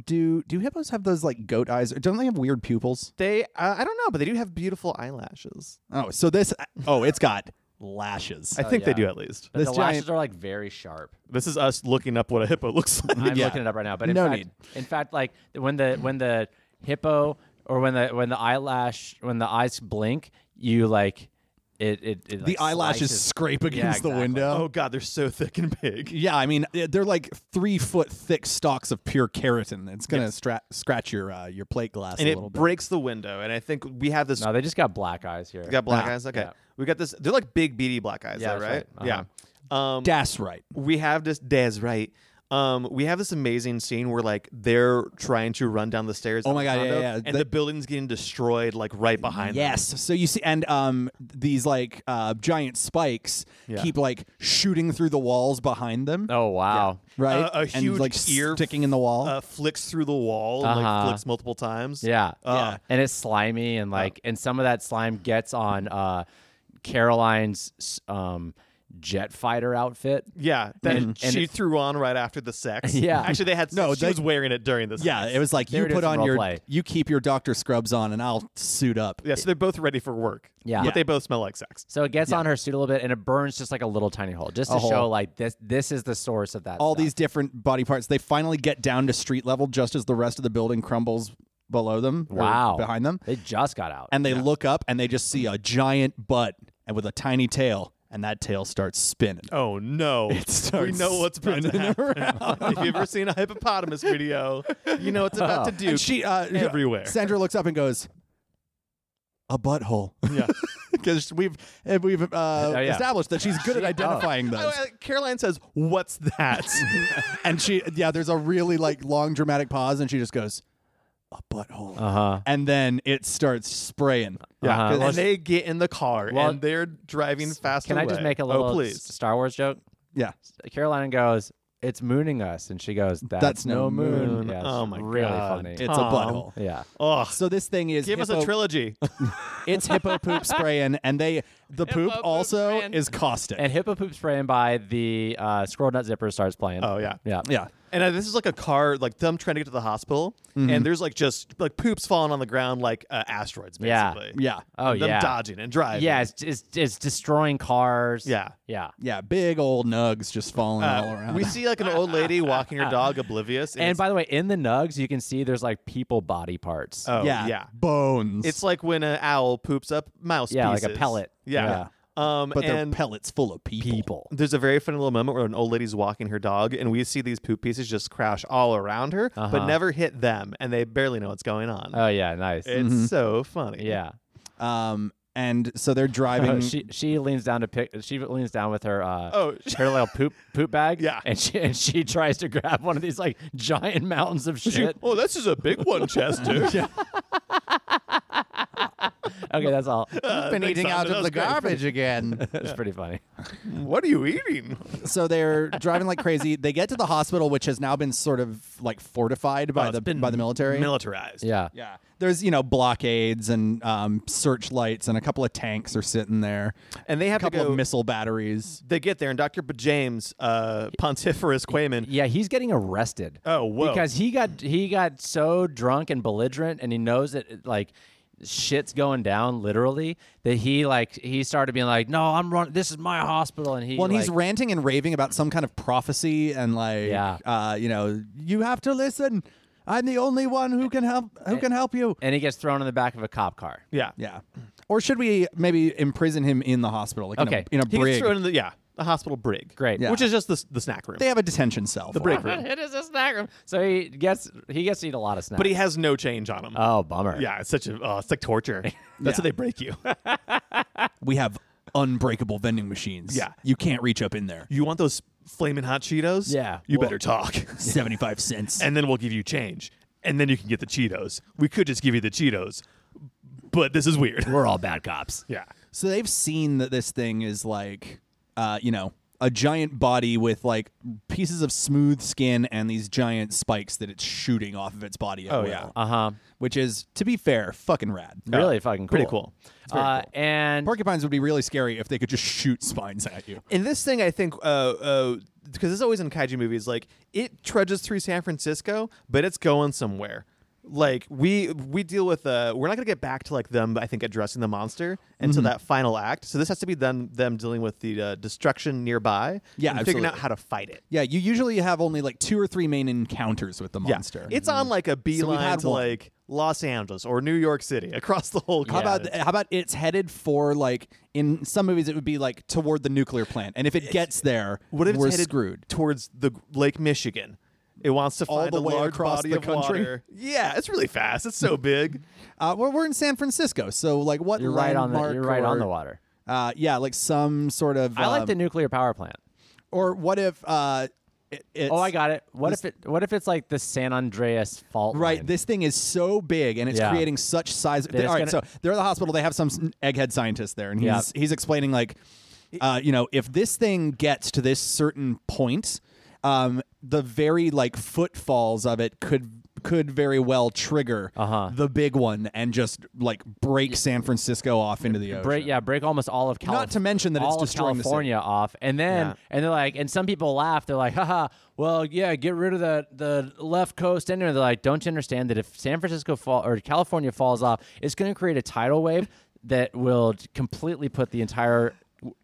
do do hippos have those like goat eyes or don't they have weird pupils?
They, uh, I don't know, but they do have beautiful eyelashes.
Oh, so this oh, it's got lashes.
I think
yeah.
they do at least.
But
This
the
giant-
lashes are like very sharp.
This is us looking up what a hippo looks like.
I'm
Yeah.
looking it up right now. But in
No
fact,
need.
in fact, like when the when the hippo or when the when the eyelash when the eyes blink, you like it. It, it
the
like,
eyelashes
slices-
scrape against the
exactly.
window.
oh god, they're so thick and big.
Yeah, I mean eh, they're like three foot thick stalks of pure keratin. It's gonna stra- scratch your uh, your plate glass
And
a
it
little bit.
breaks the window, and I think we have this.
No, they just got black eyes here.
we got black
Ah,
eyes. Okay,
yeah.
we got this. They're like big, beady black eyes,
Yeah,
though, right?
that's right. Uh-huh.
Yeah. Um,
That's right.
we have this Des right. Um, we have this amazing scene where like they're trying to run down the stairs.
Oh
of
my
the
God, yeah,
condo,
yeah, yeah.
And
They-
the building's getting destroyed like right behind. them.
Yes. So you see, and um, these like uh, giant spikes
Yeah.
keep like shooting through the walls behind them.
Oh wow.
right?
A- a
and
huge
like
ear
sticking in the wall.
uh, flicks through the wall and
Uh-huh.
like flicks multiple times.
Yeah.
Uh,
And it's slimy and like and some of that slime gets on uh Caroline's um jet fighter outfit.
Yeah, that
And-
she
and-
threw on right after the sex.
Yeah.
actually, they had
No,
no. She
they-
was wearing it during the.
Yeah,
sex.
it was like
They
you
were doing
put
some
on
role
your
play.
you keep your doctor scrubs on and I'll suit up.
yeah. So they're both ready for work.
Yeah.
but they both smell like sex.
So it gets on her suit a little bit, and it burns just like a little tiny hole, just
A
to
hole.
show like this. This is the source of that.
All
stuff.
these different body parts. They finally get down to street level just as the rest of the building crumbles below them. or
wow
behind them.
They just got out.
And they look up and they just see a giant butt and with a tiny tail, and that tail starts spinning.
Oh no! we
starts
know what's about to
spinning
happen. if you've ever seen a hippopotamus video, you know it's
Oh.
about to do.
And she uh,
everywhere.
Sandra looks up and goes, "A butthole,"
yeah.
because we've uh, we've uh,
yeah.
established that she's good at identifying
Oh,
those.
uh, Caroline says, "What's that?"
and she, yeah, there's a really like long dramatic pause, and she just goes, "A butthole,"
Oh.
Uh huh.
and then it starts spraying.
Yeah. Uh, well,
and they get in the car
well,
and they're driving fast.
Can I just
away.
make a little
Oh,
s-
please.
Star Wars joke?
Yeah.
Caroline goes, "It's mooning us," and she goes, "That's, no moon." Yeah, it's
Oh my
really
God.
funny.
It's
Tom.
a butthole.
yeah.
Oh,
So this thing is
give us a
hippo-
trilogy.
It's hippo poop spraying, and they the poop
poop
also
spraying.
is caustic.
And hippo poop spraying by the uh, squirrel nut zipper starts playing.
oh yeah.
yeah.
yeah.
And uh, this is like a car, like them trying to get to the hospital,
Mm-hmm.
and there's like just like poops falling on the ground, like uh, asteroids,
Yeah.
basically.
Yeah.
Oh
them
yeah.
dodging and driving.
Yeah, it's, it's it's destroying cars.
Yeah.
yeah.
Yeah, big old nugs just falling
Uh,
all around.
we see like an old lady walking her dog, oblivious.
And
it's-
by the way, in the nugs, you can see there's like people body parts.
oh
yeah,
yeah,
bones.
it's like when an owl poops up mouse.
Yeah, like a
pieces.
pellet.
Yeah. Um,
but they're
and
pellets full of people.
people.
there's a very funny little moment where an old lady's walking her dog, and we see these poop pieces just crash all around her, but
Uh-huh.
never hit them, and they barely know what's going on.
Oh yeah, nice.
it's so funny.
yeah.
Um, and so
Oh,
they're driving.
she she leans down to pick. She leans down with her uh,
Mm-hmm. Oh,
her little poop poop bag.
Yeah.
and she and she tries to grab one of these like giant mountains of
She-
shit.
oh, this is a big one, Chester.
Okay, that's all.
I've been
eating out of the garbage
again.
That's pretty funny.
what are you eating?
so they're driving like crazy. They get to the hospital, which has now been sort of like fortified by
Oh, it's
the
been
by the military.
Militarized.
Yeah.
yeah, there's you know blockades and um, searchlights, and a couple of tanks are sitting there.
And they
a
have to
couple
go.
of missile batteries.
they get there, and Dr. B- James, uh, Pontiferous Quayman.
Yeah, he's getting arrested.
Oh, whoa.
Because he got he got so drunk and belligerent, and he knows that like shit's going down literally that he like he started being like, "No, I'm running. This is my hospital," and he
Well, and he's
like,
ranting and raving about some kind of prophecy and like,
Yeah.
uh, you know, you have to listen. I'm the only one who can help.
Eh,
Who can help you?
and he gets thrown in the back of a cop car.
Yeah.
Yeah. Or should we maybe imprison him in the hospital? Like
Okay.
In a, in a
He gets
brig.
thrown in the yeah the hospital brig.
Great.
Yeah.
Which is just the, s- the snack room.
they have a detention cell.
the
for him.
break room.
it is a snack room. So he gets he gets to eat a lot of snacks.
But he has no change on him.
oh bummer.
yeah, it's such a oh, it's like torture. That's
Yeah.
how they break you.
We have unbreakable vending machines.
Yeah.
You can't reach up in there.
you want those flaming hot Cheetos?
Yeah.
You
Well-
better talk,
75 cents.
and then we'll give you change, and then you can get the Cheetos. We could just give you the Cheetos, but this is weird.
we're all bad cops.
yeah.
So they've seen that this thing is like, uh, you know, a giant body with like pieces of smooth skin and these giant spikes that it's shooting off of its body. At
Oh,
will,
yeah.
Uh huh.
Which is, to be fair, fucking rad.
Really fucking cool.
pretty cool.
Uh, and
Porcupines would be really scary if they could just shoot spines at you.
In this thing, I think uh, uh, because it's always in kaiju movies, like it trudges through San Francisco, but it's going somewhere. Like we we deal with uh, we're not gonna get back to like them. I think addressing the monster
Mm-hmm.
until that final act. So this has to be them them dealing with the uh, destruction nearby.
Yeah,
and figuring out
absolutely.
how to fight it.
Yeah, you usually have only like two or three main encounters with the monster.
Yeah, it's on like a beeline
Mm-hmm. had
to
one.
like Los Angeles or New York City across the whole.
How about
continent.
how about it's headed for like in some movies it would be like toward the nuclear plant, and if it gets there,
What if
we're
it's headed
screwed.
towards the Lake Michigan? It wants to
All
find
the
a
way
large
across
body
the
of
country?
water. Yeah, it's really fast. It's so big.
Uh, well, we're in San Francisco, so like what?
you're right on the
landmark
you're right on
or-
the water.
Uh, yeah, like some sort of.
I like
um,
the nuclear power plant.
Or what if? Uh, it, it's,
Oh, I got it. What
this-
if it? What if it's like the San Andreas fault?
Right,
line?
this thing is so big and it's
Yeah.
creating such size. They,
it's
all right,
gonna-
so they're at the hospital. They have some s- egghead scientist there, and he's he's explaining like, uh, you know, if this thing gets to this certain point, um, the very like footfalls of it could could very well trigger
Uh-huh.
the big one and just like break San Francisco off into the ocean.
break yeah break almost all of California
Not to mention that it's
all of
destroying the city.
California off and then
Yeah.
and they're like and some people laugh they're like haha well yeah get rid of the the left coast and they're like don't you understand that if San Francisco fall or California falls off it's going to create a tidal wave that will completely put the entire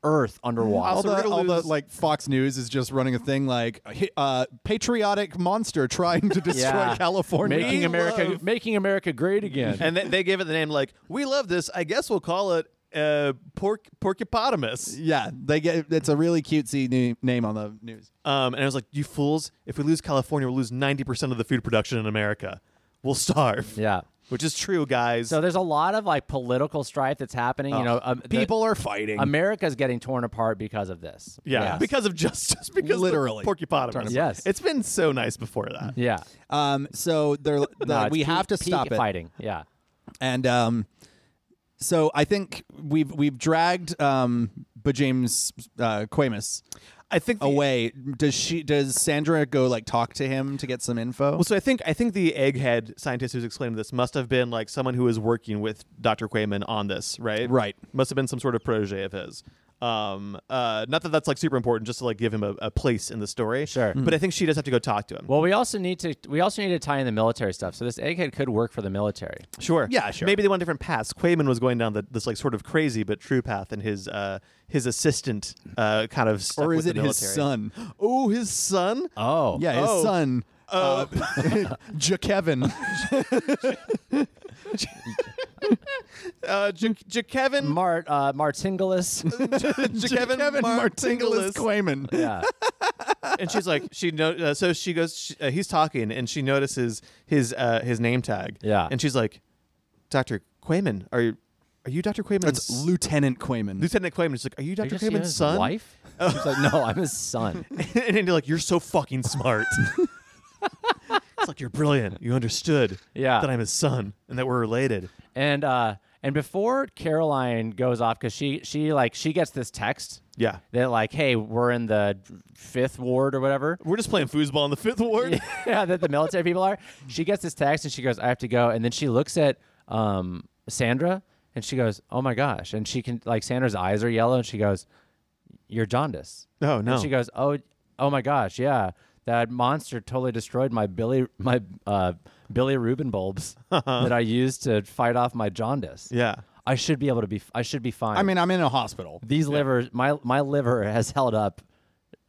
earth underwater
All,
Also,
the,
we're gonna
all the,
lose-
like Fox News is just running a thing like hi- uh, patriotic monster trying to destroy
Yeah.
California.
making America
love-
making America great again
and they, they gave it the name like we love this. I guess we'll call it uh, porc- porcupotamus.
yeah, they get it's a really cutesy new name on the news.
Um, and I was like, you fools! If we lose California, we'll lose ninety percent of the food production in America. We'll starve.
yeah
which is true, guys.
so there's a lot of like political strife that's happening you know um, the-
People are fighting.
America's getting torn apart because of this
yeah,
Yes.
because of justice, because
Literally.
of porcupotamus.
Yes.
it's been so nice before that.
yeah.
um, so they're,
No,
the-
it's
we
peak-
have to
peak
stop it.
fighting. Yeah.
And um, so I think we've we've dragged um, James uh, Quamus
I think the-
away. Does she? Does Sandra go like talk to him to get some info?
Well, so I think I think the egghead scientist who's explaining this must have been like someone who was working with Dr. Quayman on this, right?
Right.
Must have been some sort of protege of his. Um, uh, not that that's like super important, just to like give him a, a place in the story.
Sure.
But I think she does have to go talk to him.
Well, we also need to we also need to tie in the military stuff. So this egghead could work for the military.
sure.
Yeah, sure.
Maybe they went different paths. Quayman was going down the, this like sort of crazy but true path, and his uh, his assistant uh, kind of stuck
or
with
is
the
it his
military.
son?
Oh, his son.
Oh.
Yeah, his
Oh.
son. Uh, Jakevin.
Uh, J- J- Kevin.
Mart uh Martingalis.
Kevin Martingalis
Quayman.
yeah.
and she's like, she no, uh, so she goes, she, uh, he's talking, and she notices his uh, his name tag.
Yeah.
and she's like, Doctor Quayman, are you are you Doctor Quayman's
That's Lieutenant Quayman.
Lieutenant Quayman? She's like, are you Doctor
Just, you know,
Quayman's
his
son?
Wife?
Oh.
She's like, no, I'm his son.
and then you're like, you're so fucking smart. it's like you're brilliant. You understood.
Yeah.
that I'm his son and that we're related.
And uh and before Caroline goes off, because she she like she gets this text.
Yeah.
That like, hey, we're in the fifth ward or whatever.
We're just playing foosball in the fifth ward.
yeah, that the military people are. She gets this text and she goes, "I have to go." And then she looks at um, Sandra and she goes, "Oh my gosh!" And she can like Sandra's eyes are yellow and she goes, "You're jaundice."
Oh no.
And she goes, "Oh, oh my gosh, yeah, that monster totally destroyed my Billy my uh, Billy Rubin bulbs that I used to fight off my jaundice.
yeah.
I should be able to be. I should be fine.
I mean, I'm in a hospital.
these livers, my my liver has held up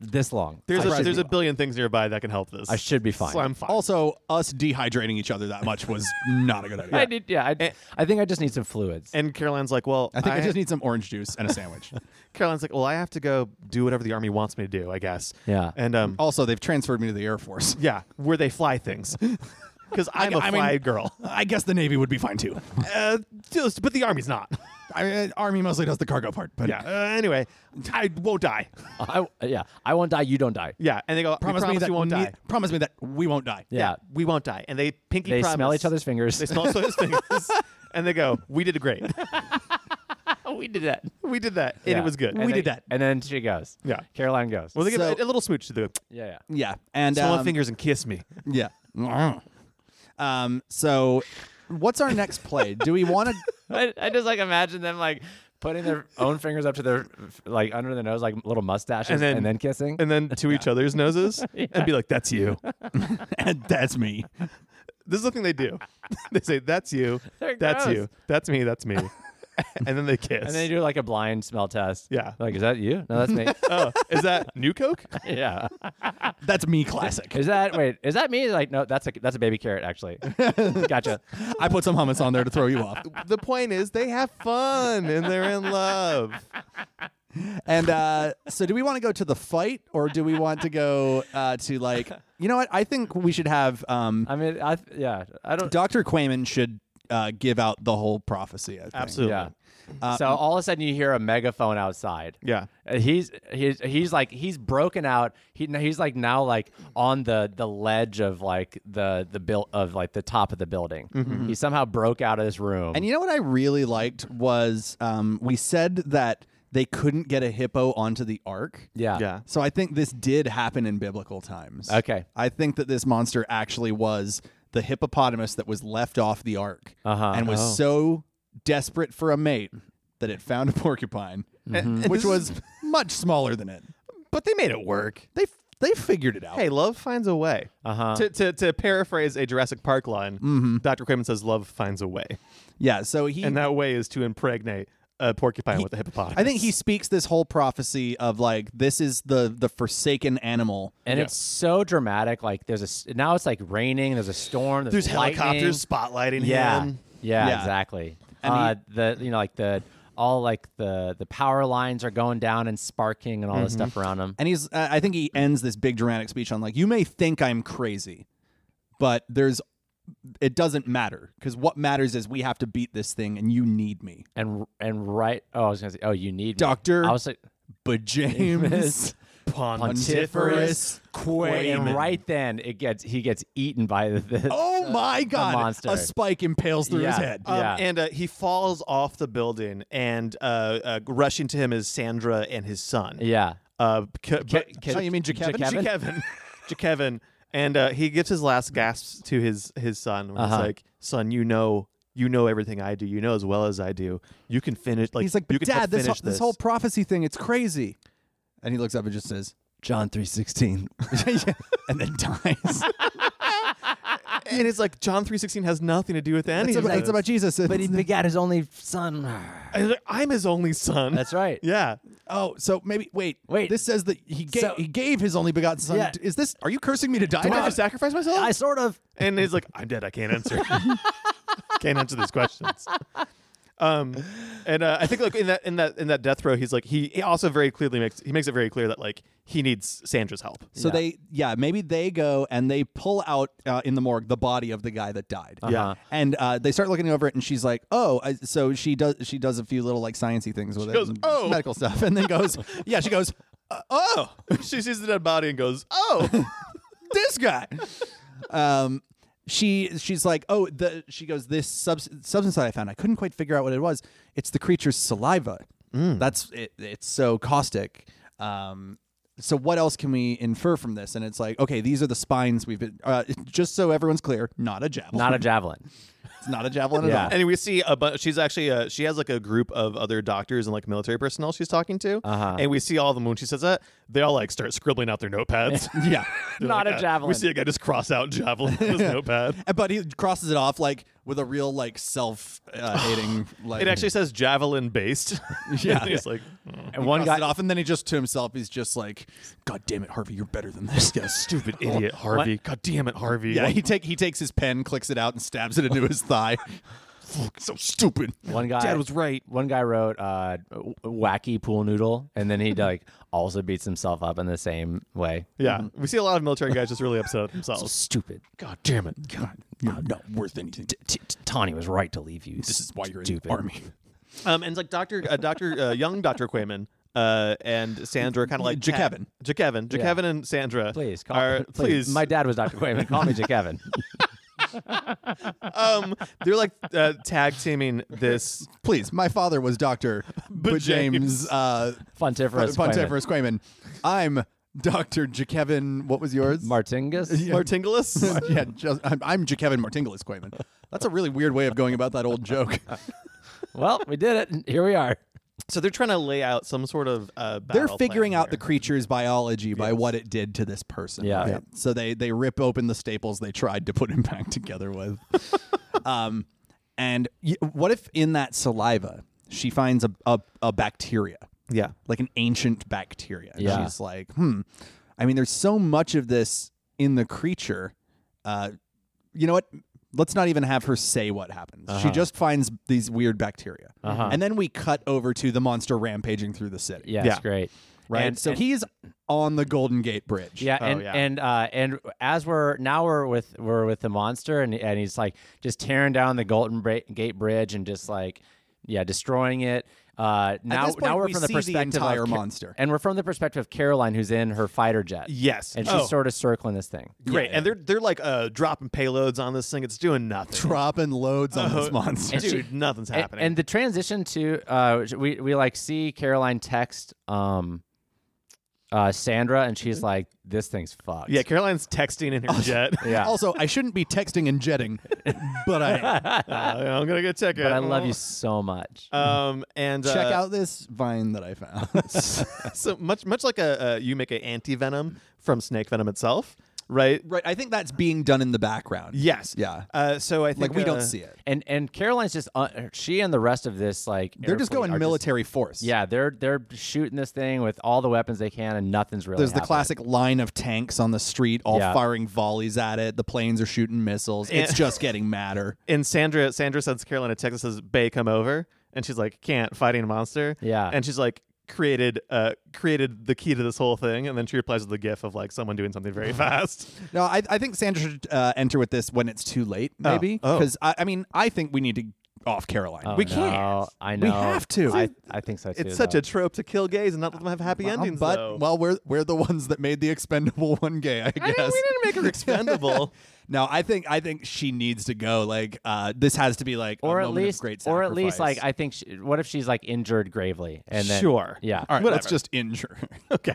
this long.
There's
I
a,
should
there's
be-
a billion things nearby that can help this.
I should be fine.
So I'm fine.
Also, us dehydrating each other that much was not a good idea.
I need, yeah, I, I think I just need some fluids.
and Caroline's like, well,
I think I, just need some orange juice and a sandwich.
Caroline's like, well, I have to go do whatever the army wants me to do, I guess.
Yeah.
And um,
also, they've transferred me to the Air Force.
yeah, where they fly things, because I'm a
I mean-
fly girl.
I guess the Navy would be fine too.
Uh, just, but the army's not.
I mean, Army mostly does the cargo part, but
Yeah. Uh, anyway, I won't die.
I, yeah, I won't die. You don't die.
Yeah. And they go,
promise,
we
me
promise
that
you won't
ne-
die.
Promise me that we won't die.
Yeah.
we won't die. And they pinky.
They
promise.
smell each other's fingers.
They smell each other's fingers. And they go, we did great.
we did that.
we did that, and
Yeah.
it was good.
And
we
they-
did that.
And then she goes.
Yeah.
Caroline goes.
Well, they give
So-
a, a little smooch to the
yeah, yeah.
yeah, and
smell my
um,
fingers and kiss me.
Yeah. Um. So, what's our next play? Do we want to?
I, I just like imagine them like putting their own fingers up to their like under the nose, like little mustaches, and
And
then,
then-
kissing.
And then to each other's noses, and be like, "That's you."
That's me.
This is the thing they do. they say, "That's you.
They're
that's
gross.
you. That's me. That's me." and then they kiss.
and they do like a blind smell test.
Yeah.
Like, is that you? No, that's me.
oh, is that new Coke?
yeah.
That's me. Classic.
Is that wait? Is that me? Like, no, that's a that's a baby carrot actually. gotcha.
I put some hummus on there to throw you off.
the point is, they have fun and they're in love.
And uh, so, do we want to go to the fight, or do we want to go uh, to like? You know what? I think we should have. Um,
I mean, I yeah. I don't.
Doctor Quayman should uh, give out the whole prophecy. I think.
Absolutely.
Yeah. so all of a sudden you hear a megaphone outside.
Uh, Yeah.
Uh, He's he's he's like he's broken out. He he's like now like on the the ledge of like the the build of like the top of the building.
Mm-hmm,
He somehow broke out of this room.
And you know what I really liked was um, we said that they couldn't get a hippo onto the ark.
yeah.
Yeah.
So I think this did happen in biblical times.
Okay.
I think that this monster actually was the hippopotamus that was left off the ark
Uh-huh.
and was
Oh.
so desperate for a mate that it found a porcupine,
Mm-hmm.
which was much smaller than it.
But they made it work.
They f- they figured it out.
Hey, love finds a way.
Uh-huh.
To, to, to paraphrase a Jurassic Park line,
Mm-hmm.
Dr. Craven says, Love finds a way.
yeah, so he
And that way is to impregnate a porcupine with a hippopotamus.
I think he speaks this whole prophecy of like this is the the forsaken animal.
And it's so dramatic. Like there's a s- now it's like raining. There's a storm. There's,
There's
lightning.
helicopters spotlighting
Yeah.
him.
yeah,
Yeah.
exactly.
And
uh, the you know like the all like the the power lines are going down and sparking and all this
Mm-hmm.
stuff around him.
And he's I I think he ends this big dramatic speech on like you may think I'm crazy, but there's it doesn't matter because what matters is we have to beat this thing and you need me.
And and right. Oh, I was gonna say. Oh, you need me.
Doctor-
I was like.
But James
Pontiferous Wait,
Quamen.
and right then it gets he gets eaten by the, the
Oh my god.
monster.
A spike impales through his
Yeah.
head.
Uh,
Um,
Yeah.
And uh, he falls off the building, and uh, uh, rushing to him is Sandra and his son.
yeah.
Uh, c- but-
Ke-
oh, you mean Jakevin?
Jakevin?
Kevin. to Kevin. And uh, he gives his last gasps to his his son. Where
Uh-huh.
He's like, "Son, you know, you know everything I do. You know as well as I do. You can finish." Like
he's like,
you
but
can
Dad, this,
finish
whole, this whole prophecy thing, it's crazy. And he looks up and just says,
John three sixteen.
and then dies.
and it's like John three sixteen has nothing to do with anything.
it's, about, it's about Jesus.
But he begat his only son.
I'm his only son.
That's right.
yeah.
oh, so maybe wait,
Wait.
This says that he gave
So-
he gave his only begotten son.
Yeah.
to- Is this? Are you cursing me to die?
Did I
now?
just sacrifice myself?
I sort of.
and he's like, "I'm dead. I can't answer. can't answer these questions." Um, and uh, I think like in that in that in that death row, he's like he, he also very clearly makes he makes it very clear that like he needs Sandra's help.
So
Yeah.
they, yeah, maybe they go and they pull out uh, in the morgue the body of the guy that died.
Uh-huh.
and uh, they start looking over it, and she's like, "Oh," I, so she does. She does a few little like sciency things with it,
goes,
and
"Oh."
medical stuff, and then goes, "Yeah," she goes, uh, "Oh,
she sees the dead body and goes, "Oh,
this guy." um, she she's like, "Oh," the she goes, "This subs- substance that I found, I couldn't quite figure out what it was. It's the creature's saliva.
Mm.
That's it. It's so caustic." Um, so what else can we infer from this? And it's like, okay, these are the spines we've been. Uh, just so everyone's clear, not a javelin.
Not a javelin.
it's not a javelin
Yeah.
at all.
And we see a bunch. She's actually uh, she has like a group of other doctors and like military personnel she's talking to,
Uh-huh.
and we see all of them when she says that they all like start scribbling out their notepads.
Yeah.
They're
Not
like,
a
uh,
javelin.
We see a guy just cross out javelin on his notepad.
But he crosses it off like with a real like self uh, hating like
It actually says javelin based.
Yeah.
it's like "Hmm."
And one
crosses
guy.
it off and then he just to himself he's just like God damn it, Harvey, you're better than this. Yeah,
stupid idiot Harvey. God damn it, Harvey.
Yeah, he take he takes his pen, clicks it out, and stabs it into his thigh. so stupid.
One guy.
Dad was right.
One guy wrote uh, w- wacky pool noodle, and then he like also beats himself up in the same way.
Yeah, we see a lot of military guys just really upset at themselves.
Stupid.
God damn it.
God, you're not worth anything.
T- T- Tawny was right to leave you.
This is why you're in
stupid.
the army.
Um, and it's like Doctor, uh, Doctor, uh, young Doctor Quayman. Uh, and Sandra kind of like
Jakevin.
Jakevin, Jakevin, and Sandra.
Please call.
are-
please. my dad was Dr. Quayman. Call me Jakevin.
um, they're like uh, tag teaming this.
Please, my father was Doctor but James uh,
Funtiferous. Quayman.
Pontiferous Quayman. I'm Doctor Jakevin. What was yours?
Martingus.
Martingalis?
yeah, just, I'm, I'm Jakevin Martingalis Quayman. That's a really weird way of going about that old joke.
Well, we did it. Here we are.
so they're trying to lay out some sort of uh,
They're
battle
figuring
plan
out the
here.
creature's biology by what it did to this person.
Yeah. Yeah.
So they they rip open the staples they tried to put him back together with. um, and y- what if in that saliva she finds a, a, a bacteria,
yeah.
like an ancient bacteria? And
Yeah.
She's like, hmm. I mean, there's so much of this in the creature. Uh, you know what? Let's not even have her say what happens. She just finds these weird bacteria.
Uh-huh.
And then we cut over to the monster rampaging through the city
Yeah,
Yeah.
it's great.
right?
And-
so
and-
he's on the Golden Gate Bridge.
Yeah,
Oh,
and
yeah.
and uh, and as we're now we're with we're with the monster, and and he's like just tearing down the Golden Bra- Gate Bridge and just like yeah, destroying it. Uh, now
this point,
now we're
we
from the
see the
perspective
entire
of Ca-
monster.
and we're from the perspective of Caroline, who's in her fighter jet.
Yes.
and she's
Oh.
sort of circling this thing.
Great. And they're they're like uh, dropping payloads on this thing. It's doing nothing.
dropping loads on this monster.
and she-
Dude, nothing's
And-
happening.
And, the transition to uh, we we like see Caroline text um, uh, Sandra, and she's like, "This thing's fucked."
Mm-hmm. Yeah, Caroline's texting in her jet.
Oh, yeah.
Also, I shouldn't be texting and jetting, but I am.
Uh, I'm gonna go check it.
but I love you so much.
Um, and
check
uh,
out this vine that I found.
so much much like a, a you make an anti venom from snake venom itself, right?
right, I think that's being done in the background.
Yes.
Yeah.
Uh, so I think
like we
uh,
don't see it.
and and Caroline's just uh, she and the rest of this like
They're just
airfleet are
going military force.
yeah, they're they're shooting this thing with all the weapons they can, and nothing's really.
There's the
happening.
classic line of tanks on the street, all
Yeah.
firing volleys at it. The planes are shooting missiles. It's
Yeah.
just getting madder.
And Sandra Sandra sends Caroline a text that says, "Bay, come over," and she's like, "Can't fighting a monster."
Yeah.
And she's like, "Created uh created the key to this whole thing," and then she replies with the gif of like someone doing something very fast.
No, I, I think Sandra should uh, enter with this when it's too late, maybe.
Oh.
Because I, I mean, I think we need to off Caroline.
Oh,
we
no.
can't.
I know.
We have to.
I, I think so too.
It's such a trope to kill gays and not let them have happy endings.
but
though.
well, we're we're the ones that made the expendable one gay. I
I
guess
didn't, we didn't make her expendable.
No, I think I think she needs to go. Like uh, this has to be like a
or at
moment of
least,
great
or at least,
sacrifice.
like I think. She, what if she's like injured gravely? And then,
Sure.
Yeah.
All right, let's just injure. her.
okay.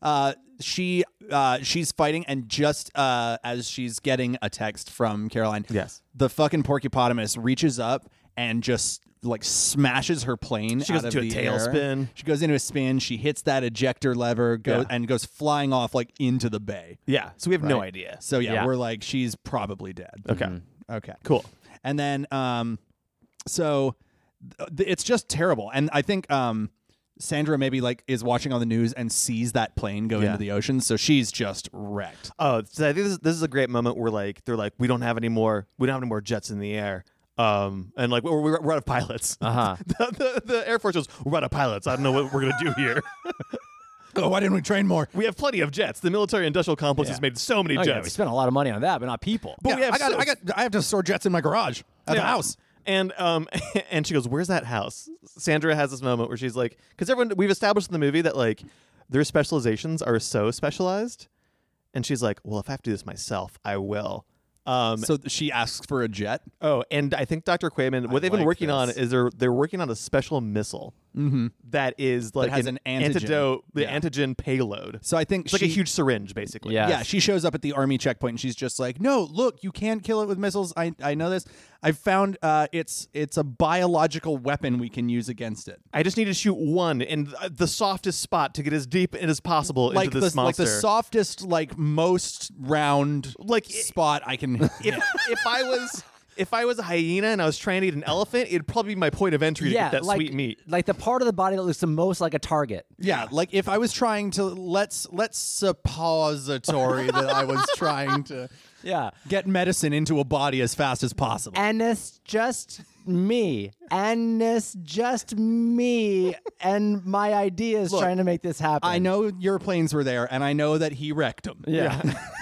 uh, she uh, she's fighting, and just uh, as she's getting a text from Caroline,
Yes.
the fucking porcupotamus reaches up and just like smashes her plane.
She goes
out of
into a
the air.
tailspin.
She goes into a spin. She hits that ejector lever, go
Yeah.
and goes flying off like into the bay.
Yeah. So we have no
Right.
idea.
So yeah,
Yeah.
we're like she's probably dead.
Hmm.
Okay.
Okay.
Cool.
And then um so th- it's just terrible. And I think um Sandra maybe like is watching on the news and sees that plane go
Yeah.
into the ocean, so she's just wrecked.
Oh, so I think this is, this is a great moment where like they're like, we don't have any more, we don't have any more jets in the air, um, and like we're, we're, we're out of pilots.
Uh-huh.
the, the, the Air Force goes, we're out of pilots. I don't know what we're gonna do here.
Oh, why didn't we train more?
we have plenty of jets. The military-industrial complex has made so many
Oh, yeah, we
jets.
spent a lot of money on that, but not people.
But we have
I got
so-
I got I have to store jets in my garage at the
Yeah.
house.
And um, and she goes, "Where's that house?" Sandra has this moment where she's like, "Because everyone we've established in the movie that like their specializations are so specialized," and she's like, "Well, if I have to do this myself, I will." Um,
So th- she asks for a jet.
Oh, and I think Dr. Quayman, what they've been
like
working on
this.
is they're they're working on a special missile Mm-hmm. that is like
has an antigen.
antidote, the
Yeah.
antigen payload.
So I think
it's like
she
a huge syringe, basically.
Yeah.
Yeah, she shows up at the army checkpoint and she's just like, "No, look, you can't kill it with missiles. I, I know this. I found uh, it's it's a biological weapon we can use against it,
I just need to shoot one in th- uh, the softest spot to get as deep in as possible
like
into this
the, like
monster.
the softest, like most round,
Like, i-
spot I can.
if if I was if I was a hyena and I was trying to eat an elephant, it'd probably be my point of entry to
yeah,
get that
like,
sweet meat.
like the part of the body that looks the most like a target.
yeah, like if I was trying to let's let's suppository that I was trying to
Yeah,
get medicine into a body as fast as possible.
and it's just me, and it's just me, and my ideas
Look,
trying to make this happen.
I know your planes were there, and I know that he wrecked them.
Yeah.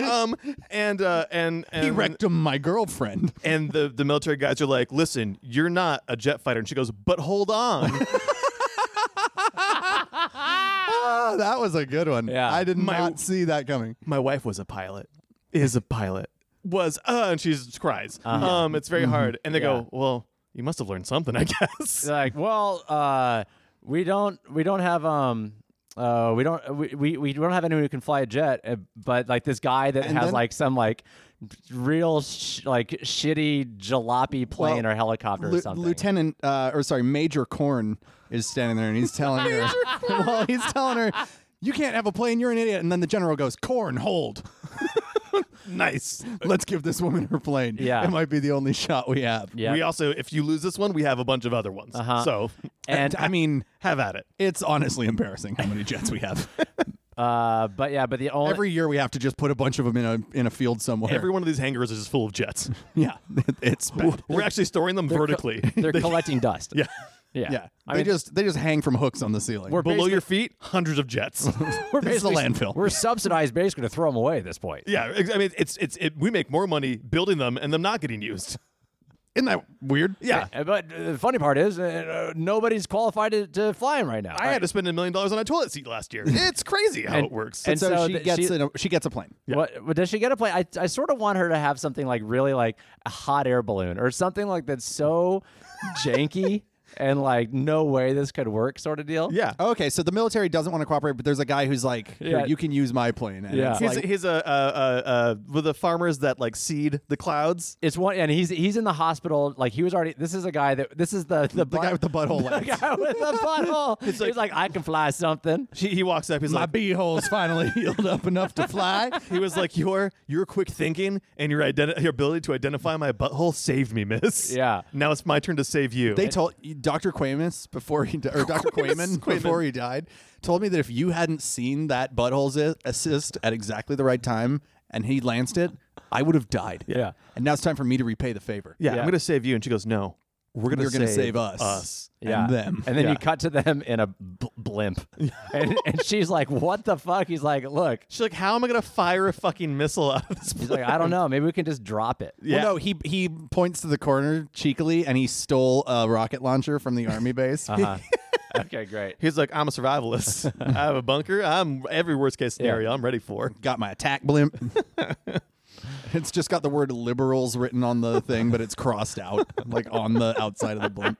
Um and uh and and
He wrecked them, my girlfriend.
and the the military guys are like, "Listen, you're not a jet fighter." And she goes, "But hold on."
Oh, that was a good one.
Yeah.
I did
My-
not see that coming.
my wife was a pilot, is a pilot, was uh, and she just cries.
Uh-huh.
Um, it's very hard, and they go, well, you must have learned something, I guess.
They're like, well, uh, we don't, we don't have, um, uh, we don't, we, we, we don't have anyone who can fly a jet, uh, but like this guy that
And
has
then-
like some like real sh- like shitty jalopy plane
Well,
or helicopter
Lu-
or something.
Lieutenant, uh, or sorry, Major Corn is standing there and he's telling her, well, he's telling her, you can't have a plane, you're an idiot. And then the general goes, Corn, hold.
nice.
Let's give this woman her plane.
Yeah.
It might be the only shot we have.
Yeah.
We also, if you lose this one, we have a bunch of other ones.
Uh-huh.
So
and
I mean,
have at it.
it's honestly embarrassing how many jets we have.
uh, but yeah, but the only
Every year we have to just put a bunch of them in a in a field somewhere.
Every one of these hangars is just full of jets.
yeah, it's bad.
We're actually storing them vertically.
they're collecting dust.
yeah.
yeah.
yeah.
I
they
mean,
just they just hang from hooks on the ceiling.
We're
Below
basically-
your feet, hundreds of jets.
we're
this is a
basically
landfill.
We're subsidized basically to throw them away at this point.
yeah, ex- I mean, it's it's it, we make more money building them and them not getting used.
Isn't that weird?
Yeah,
Uh, But uh, the funny part is, uh, uh, nobody's qualified to, to fly them right now.
I had to spend a million dollars on a toilet seat last year. It's crazy how
And-
it works.
and-
so,
so
she
th-
gets
she-
in a, she gets a plane.
What, what does she get a plane? I, I sort of want her to have something like really like a hot air balloon or something like that's so janky and like no way this could work sort of deal.
Yeah.
Okay, so the military doesn't want to cooperate, but there's a guy who's like, Here,
Yeah.
you can use my plane. And
Yeah.
it's
He's,
like-
he's a, uh, uh, uh, with the farmers that like seed the clouds.
It's one, and he's he's in the hospital. Like he was already. This is a guy that this is the the,
the guy with the butthole
the
legs.
guy with the butthole. he's
like-
like, I can fly something.
He, he walks up. He's
My
like,
bee hole's finally healed up enough to fly.
he was like, your your quick thinking and your identi- your ability to identify my butthole saved me, miss.
Yeah.
Now it's my turn to save you.
They told Dr. Quamus before he di- or Dr. Quamen before he died told me that if you hadn't seen that butthole's i- assist at exactly the right time and he lanced it, I would have died.
Yeah.
And now it's time for me to repay the favor.
yeah,
Yeah.
I'm gonna save you. And she goes, no, we're gonna
You're
save
going to save us.
us.
Yeah.
And them.
And then
Yeah.
you cut to them in a bl- blimp. and, and she's like, What the fuck? He's like, Look.
She's like, how am I gonna fire a fucking missile out of this?
He's like, I don't know. Maybe we can just drop it.
Yeah.
Well, no, he he points to the corner cheekily and he stole a rocket launcher from the army base.
Uh-huh.
Uh, Okay, great.
He's like, I'm a survivalist. I have a bunker. I'm every worst case scenario. I'm ready for.
got my attack blimp. it's just got the word liberals written on the thing, but it's crossed out, like on the outside of the blimp.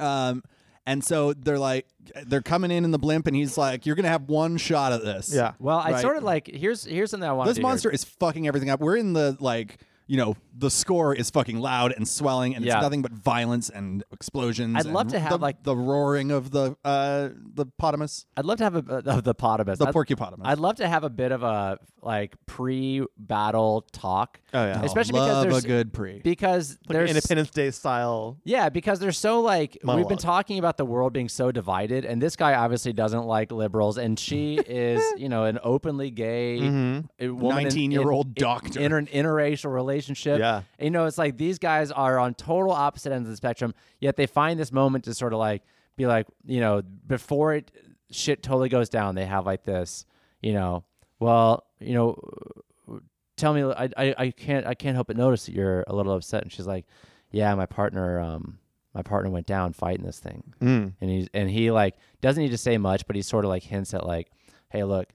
Um, and so they're like, they're coming in in the blimp, and he's like, "You're gonna have one shot at this."
Yeah.
Well, I
Right.
sort of like here's here's something I want
this monster is fucking everything up. We're in the like. You know, the score is fucking loud and swelling, and
Yeah.
it's nothing but violence and explosions.
I'd
and
love to have,
the-
like-
the roaring of the uh the potamus,
I'd love to have a uh, of the potamus.
the
I'd-
porcupotamus.
I'd love to have a bit of a like pre-battle talk.
Oh, yeah.
Especially because
love
there's
a good pre.
because
Like
there's
Independence Day style.
Yeah, because they're so like we've been
Monologue.
talking about the world being so divided, and this guy obviously doesn't like liberals, and she is you know an openly gay
Mm-hmm.
uh, woman in-
19-year-old
in-
doctor.
in, an interracial relationship.
Yeah.
you know it's like these guys are on total opposite ends of the spectrum, yet they find this moment to sort of like be like you know before it shit totally goes down, they have like this you know well you know tell me I, I i can't i can't help but notice that you're a little upset and she's like yeah my partner um my partner went down fighting this thing
Mm.
and he's and he like doesn't need to say much but he sort of like hints at like hey look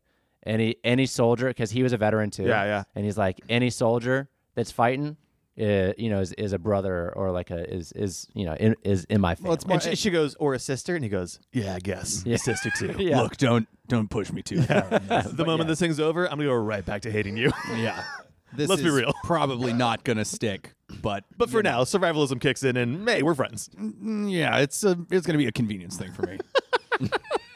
any any soldier because he was a veteran too
Yeah, yeah.
and he's like any soldier that's fighting uh, you know is, is a brother or like a is is you know in, is in my family
Well, it's more,
And she, she goes, or a sister, and he goes, yeah, I guess, a sister too.
yeah
Look, don't don't push me too far. on this.
The moment this thing's over, I'm gonna go right back to hating you.
yeah. This
Let's be
is
real.
Probably not gonna stick, but mm,
But for now, survivalism kicks in, and hey, we're friends.
yeah, it's a it's gonna be a convenience thing for me.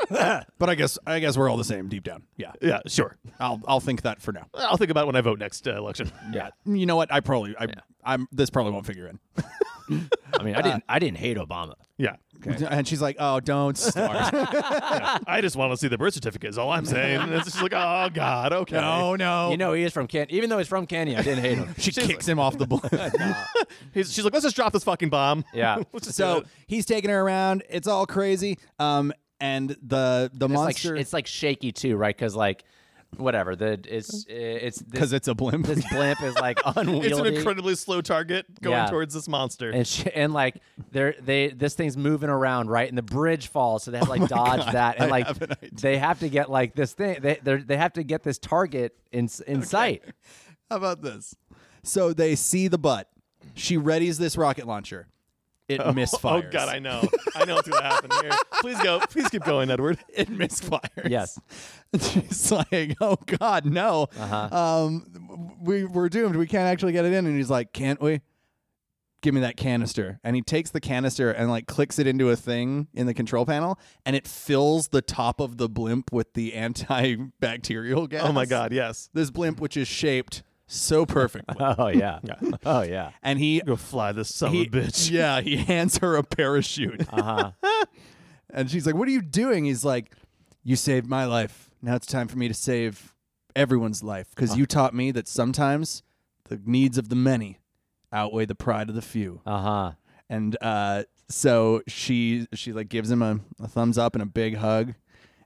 but I guess I guess we're all the same deep down. Yeah,
Yeah, sure.
I'll I'll think that for now.
I'll think about it when I vote next uh, election.
yeah
You know what? I probably I I'm this probably won't figure in.
i
Uh,
mean i didn't i didn't hate obama
Yeah.
And she's like, oh, don't start.
I just want to see the birth certificate, is all I'm saying. And it's just like, oh, God, okay.
no, no.
you know he is from kenya even though he's from kenya i didn't hate him
she kicks him off the bull.
He's, she's like, let's just drop this fucking bomb.
yeah
Let's just uh, do
so
it.
he's taking her around. It's all crazy. Um, and the the
It's like sh-
monster
it's like shaky too, right? Because like whatever the it's eh, it's
because
this,
it's a blimp.
this blimp is like unwieldy.
it's an incredibly slow target going
Yeah.
towards this monster.
and sh- and like they're they this thing's moving around right, and the bridge falls, so they
Oh
have to like dodge that, and like
have an idea.
they have to get like this thing they they're- they have to get this target in in sight.
How about this? So they see the butt. She readies this rocket launcher. It
oh,
misfires.
God, I know. I know what's going to happen here. Please go. Please keep going, Edward.
It misfires.
Yes.
And She's like, oh God, no. Uh-huh. Um, we we're doomed. We can't actually get it in. And he's like, can't we? Give me that canister. And he takes the canister and like clicks it into a thing in the control panel, and it fills the top of the blimp with the antibacterial gas.
Oh, my God, yes.
This blimp, which is shaped so perfectly,
Oh yeah. Oh yeah.
and he
Go fly this son
he,
of a bitch.
Yeah, he hands her a parachute.
Uh-huh.
And she's like, What are you doing? He's like, You saved my life. Now it's time for me to save everyone's life because
Uh-huh.
you taught me that sometimes the needs of the many outweigh the pride of the few.
Uh-huh.
Uh huh.
And uh, so she she like gives him a, a thumbs up and a big hug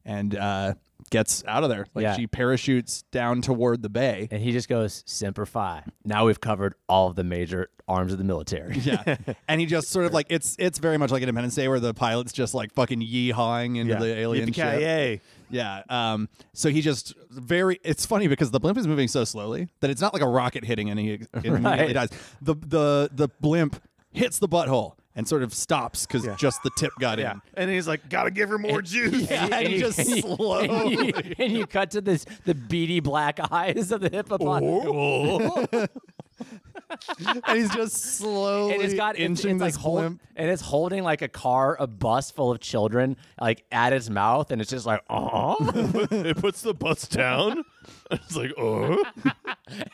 and uh, gets out of there. Like
Yeah.
she parachutes down toward the bay.
And he just goes semper fi. Now we've covered all of the major arms of the military.
Yeah. and he just sort of like it's it's very much like Independence Day where the pilot's just like fucking yeehawing into the alien ship.
Yippee-ki-yay.
Yeah. Um so he just very it's funny because the blimp is moving so slowly that it's not like a rocket hitting and he it immediately dies. The the the blimp hits the butthole. and sort of stops because
Yeah.
just the tip got in.
And he's like, gotta give her more juice.
Yeah, and he just
and
slowly.
you, and you cut to this the beady black eyes of the hippopotamus.
Oh.
and he's just slowly
And it's got it's,
inching
it's like
this
hold,
limp.
and it's holding like a car, a bus full of children, like at its mouth, and it's just like, oh,
it puts the bus down. It's like, oh.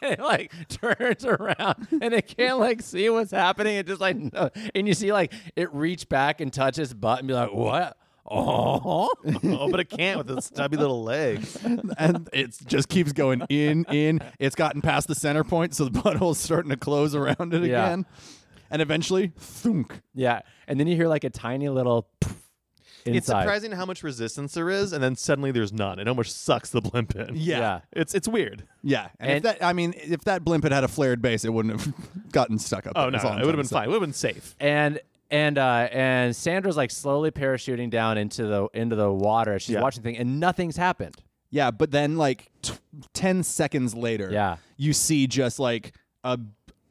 and it like turns around, and it can't like see what's happening. It just like, no. and you see like it reach back and touch its butt and be like, what? Oh,
oh, but it can't with its stubby little legs.
and it just keeps going in, in. It's gotten past the center point, so the butthole's starting to close around it
Yeah.
again. And eventually, thunk.
yeah. And then you hear like a tiny little. Inside.
It's surprising how much resistance there is, and then suddenly there's none. It almost sucks the blimp
Yeah.
in.
Yeah.
Yeah.
It's it's weird.
And, if
And-
that, I mean, if that blimp had had a flared base, it wouldn't have gotten stuck up.
Oh
there,
no,
is all I'm
it
trying
would have been
to say.
fine. It would have been safe.
and and uh and Sandra's like slowly parachuting down into the into the water. She's
Yeah.
watching the thing and nothing's happened.
Yeah, but then like t- 10 seconds later,
Yeah.
you see just like a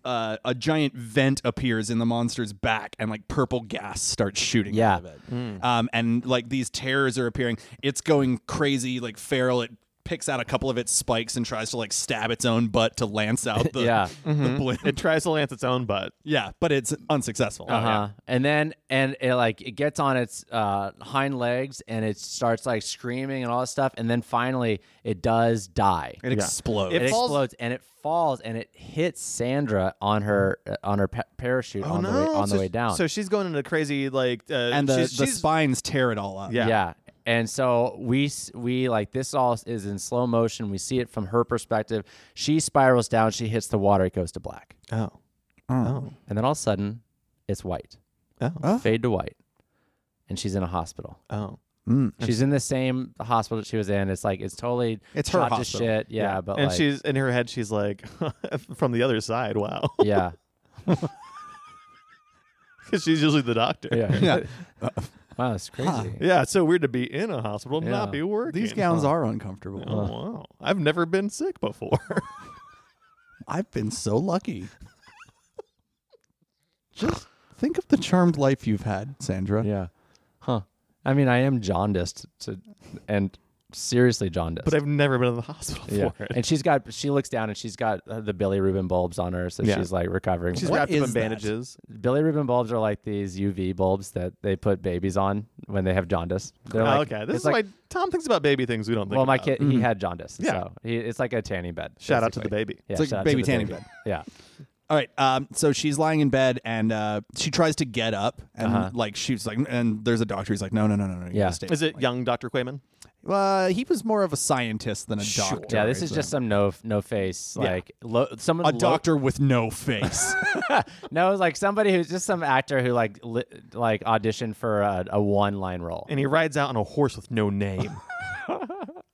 uh, a giant vent appears in the monster's back and like purple gas starts shooting
Yeah.
out of it.
Mm.
Um, and like these terrors are appearing. It's going crazy like feral. It picks out a couple of its spikes and tries to like stab its own butt to lance out the,
Yeah.
the blimp.
It tries to lance its own butt.
yeah, but it's unsuccessful.
Oh,
Uh-huh. And then and it like it gets on its uh hind legs and it starts like screaming and all that stuff and then finally it does die.
It explodes.
It
It
falls-
explodes and it falls and it hits Sandra on her uh, on her pa- parachute on the way, on
Oh, so,
the way down.
So she's going into crazy like uh,
and the,
she's,
the
she's-
spines tear it all up.
Yeah.
yeah. And so we s- we like this all is in slow motion. We see it from her perspective. She spirals down. She hits the water. It goes to black.
Oh.
And then all of a sudden, it's white.
Oh.
Fade to white. And she's in a hospital.
Oh.
She's in the same hospital that she was in. It's like it's totally
It's her
shot to
hospital.
shit. Yeah, but
and
like,
she's in her head she's like from the other side, wow.
yeah,
Cuz she's usually the doctor.
yeah,
Yeah.
Wow, that's crazy.
Yeah, it's so weird to be in a hospital and
Yeah.
not be working.
These gowns are uncomfortable.
Oh, wow. I've never been sick before.
I've been so lucky. Just think of the charmed life you've had, Sandra.
Yeah, huh? I mean, I am jaundiced to, and seriously jaundiced.
but I've never been in the hospital
yeah.
for it.
And she's got. She looks down and she's got uh, the bilirubin bulbs on her, so
Yeah.
she's like recovering.
she's
What
wrapped up
is
in
that?
bandages.
Bilirubin bulbs are like these UV bulbs that they put babies on when they have jaundice. They're
Oh,
like,
okay, this
it's
is
like,
why Tom thinks about baby things we don't think.
well, my
about. Mm-hmm.
kid he had jaundice,
Yeah.
so he, it's like a tanning bed.
Shout out to the
basically.
baby.
Yeah,
It's like
shout out to
baby
the
tanning bed.
Yeah,
All right. Um, so she's lying in bed and uh, she tries to get up and like she's like, and there's a doctor who's like, no, no, no, no, no. you
Uh-huh. Yeah.
gotta stay.
Is it young Dr. Quayman?
Uh, he was more of a scientist than a doctor.
yeah. This
I'd
is
say.
just some no no face like lo, someone
a
lo-
doctor with no face.
No, it was like somebody who's just some actor who like li, like auditioned for a, a one line role.
And he rides out on a horse with no name.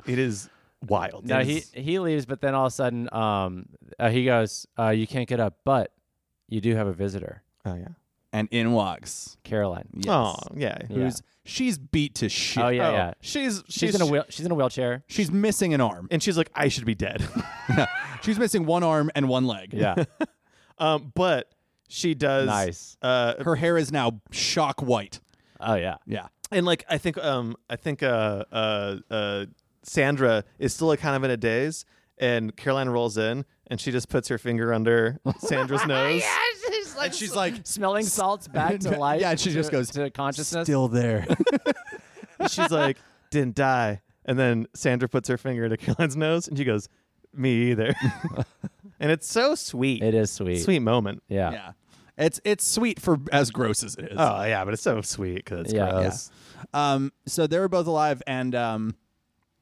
it is wild.
No,
It
he
is-
he leaves, but then all of a sudden, um, uh, he goes, uh, "You can't get up, but you do have a visitor,
Oh yeah.
and in walks.
Caroline."
Yes.
Oh yeah.
Who's she's beat to shit.
Oh yeah,
Oh,
yeah.
She's
She's, in a wheel, she's in a wheelchair.
She's missing an arm.
and she's like, I should be dead.
she's missing one arm and one leg.
Yeah,
um, but she does
nice.
Uh,
Her hair is now shock white.
Oh yeah,
Yeah.
and like I think um I think uh uh uh Sandra is still like kind of in a daze, and Caroline rolls in and she just puts her finger under Sandra's nose.
she's like,
And she's like,
smelling salts back to life.
Yeah, and she
to-
just goes,
to consciousness.
still there.
She's like, didn't die. And then Sandra puts her finger into Caroline's nose, and she goes, me either. and it's so sweet.
It is sweet.
sweet moment.
Yeah.
yeah. It's it's sweet for as gross as it is.
Oh yeah, but it's so sweet because it's
Yeah.
gross.
Um so they were both alive and um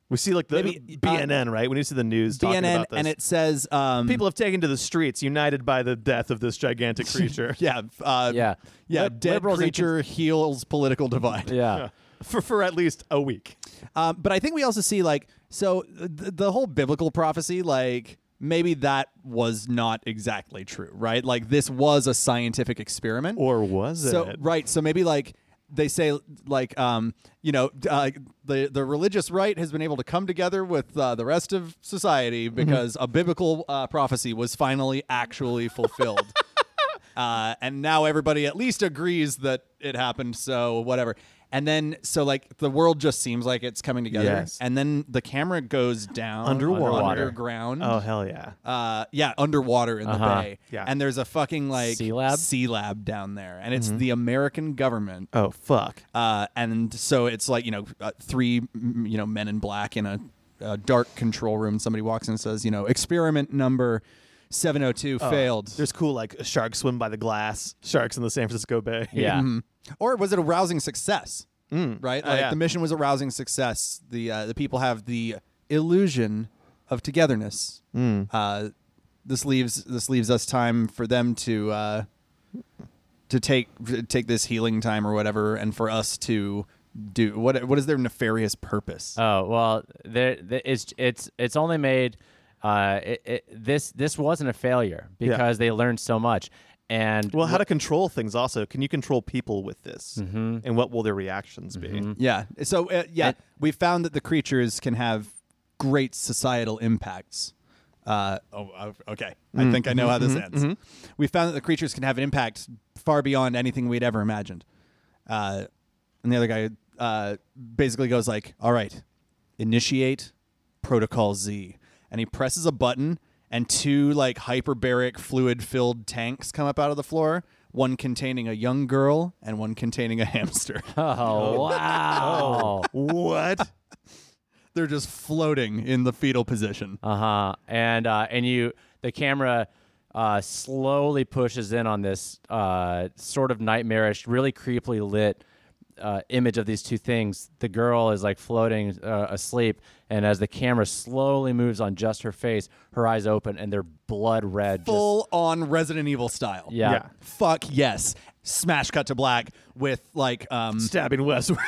We see like the
Maybe, uh,
BNN, right? When you see the news talking
BNN
about this.
and it says um
People have taken to the streets, united by the death of this gigantic creature.
yeah, uh,
Yeah.
yeah.
Lib-
dead
liberals and
creature heals political divide.
Yeah.
for for at least a week.
Um, but I think we also see like so th- the whole biblical prophecy, like maybe that was not exactly true, right? Like this was a scientific experiment,
Or was
so
it?
right so maybe like they say like um you know uh, the the religious right has been able to come together with uh, the rest of
Mm-hmm.
society because a biblical uh, prophecy was finally actually fulfilled Uh, and now everybody at least agrees that it happened, so whatever. And then, so like the world just seems like it's coming together.
Yes.
And then the camera goes down
Underwater.
underground.
Oh hell yeah!
Uh, yeah, underwater in the bay.
Yeah.
And there's a fucking like
Uh-huh. Sea lab? Mm-hmm.
sea lab down there, and it's the American government.
Oh fuck!
Uh, and so it's like you know uh, three mm, you know men in black in a, a dark control room. Somebody walks in and says, you know, experiment number seven hundred two failed.
There's cool like sharks swim by the glass. Sharks in the San Francisco Bay.
Yeah.
um, or was it a rousing success? Right, like
yeah.
the mission was a rousing success. The uh, the people have the illusion of togetherness. Uh, this leaves this leaves us time for them to uh, to take take this healing time or whatever, and for us to do what what is their nefarious purpose?
Oh well, there, th- it's it's it's only made. Uh, it, it, this this wasn't a failure because they learned so much, and
Well, how to control things also? Can you control people with this? Mm-hmm. And what will their reactions be?
Yeah. So uh, yeah,
And-
we found that the creatures can have great societal impacts. Uh, oh, uh, okay. I think I know how this ends. We found that the creatures can have an impact far beyond anything we'd ever imagined. Uh, and the other guy uh, basically goes like, "All right, initiate protocol Z," and he presses a button, and two like hyperbaric fluid-filled tanks come up out of the floor. One containing a young girl and one containing a hamster.
oh wow,
What?
they're just floating in the fetal position.
uh huh, and uh, and you the camera. Uh, slowly pushes in on this uh, sort of nightmarish, really creepily lit uh, image of these two things. The girl is like floating uh, asleep, and as the camera slowly moves on just her face, her eyes open and they're blood red. just-
Full on Resident Evil style.
yeah.
Yeah.
Fuck yes. Smash cut to black with like um
stabbing Westward.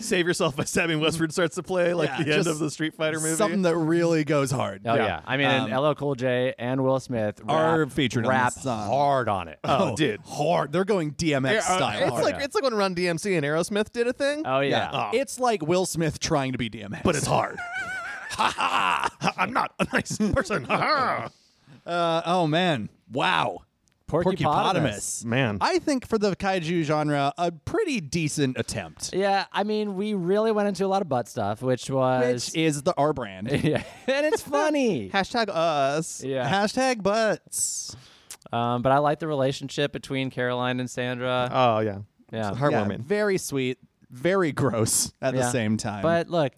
Save yourself by stabbing Westward starts to play like
Yeah,
the end
just
of the Street Fighter movie.
something that really goes hard.
Oh yeah. I mean, and LL Cool J and Will Smith rap,
Um, Are featured on
rap
this song.
hard on it.
oh, dude.
Hard. They're going DMX
Yeah, uh,
style.
It's
hard.
like it's like when Run DMC and Aerosmith did a thing.
oh yeah.
Oh.
It's like Will Smith trying to be DMX.
but it's hard. ha ha! I'm not a nice person. Ha ha!
uh, oh man. Wow.
Porcupotamus.
Porcupotamus.
Man.
I think for the kaiju genre, a pretty decent attempt.
Yeah, I mean, we really went into a lot of butt stuff, which was
Which is the R brand.
yeah, and it's funny.
Hashtag us.
yeah,
Hashtag butts.
um, but I like the relationship between Caroline and
Uh,
Sandra.
Oh yeah.
yeah,
Yeah,
Heartwarming.
very sweet, very gross at
Yeah.
the same time.
but look,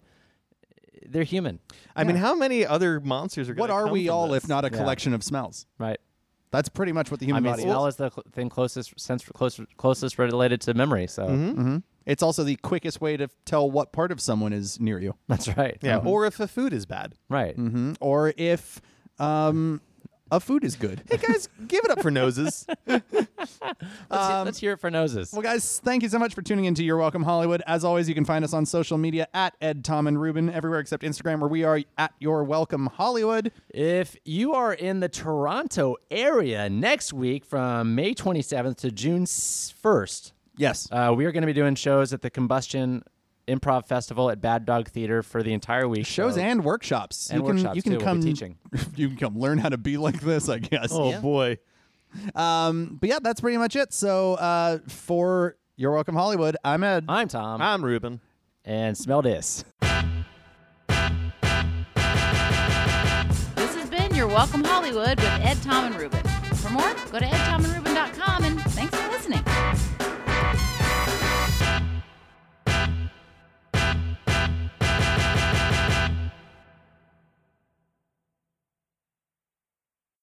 they're human,
I mean, how many other monsters are?
what
gonna
are
come
we
from
all
this?
if not a collection of smells?
right?
That's pretty much what the
I
human
mean,
body
smell
is.
is the cl- thing closest, sense closest, closest related to memory. So
Mm-hmm. It's also the quickest way to tell what part of someone is near you,
that's right.
Yeah. Or if the food is bad.
right.
mm-hmm. or if um, a food is good.
Hey guys, give it up for noses.
Let's,
Um,
he- let's hear it for noses.
Well, guys, thank you so much for tuning into Your Welcome Hollywood. As always, you can find us on social media at Ed, Tom, and Ruben everywhere except Instagram, where we are at Your Welcome Hollywood.
If you are in the Toronto area next week from May 27th to June 1st,
Yes,
uh, we are going to be doing shows at the Combustion Improv Festival at Bad Dog Theater for the entire week.
shows
So-
and workshops.
And
you can
workshops,
you can
too. We'll be
come
teaching.
You can come learn how to be like this, I guess.
Oh boy.
Um, but yeah, that's pretty much it. So uh, for You're Welcome Hollywood, I'm Ed.
I'm Tom.
I'm Ruben.
and smell this.
This has been Your Welcome Hollywood with Ed, Tom, and Ruben. For more, go to edtomandruben.com and thanks for listening.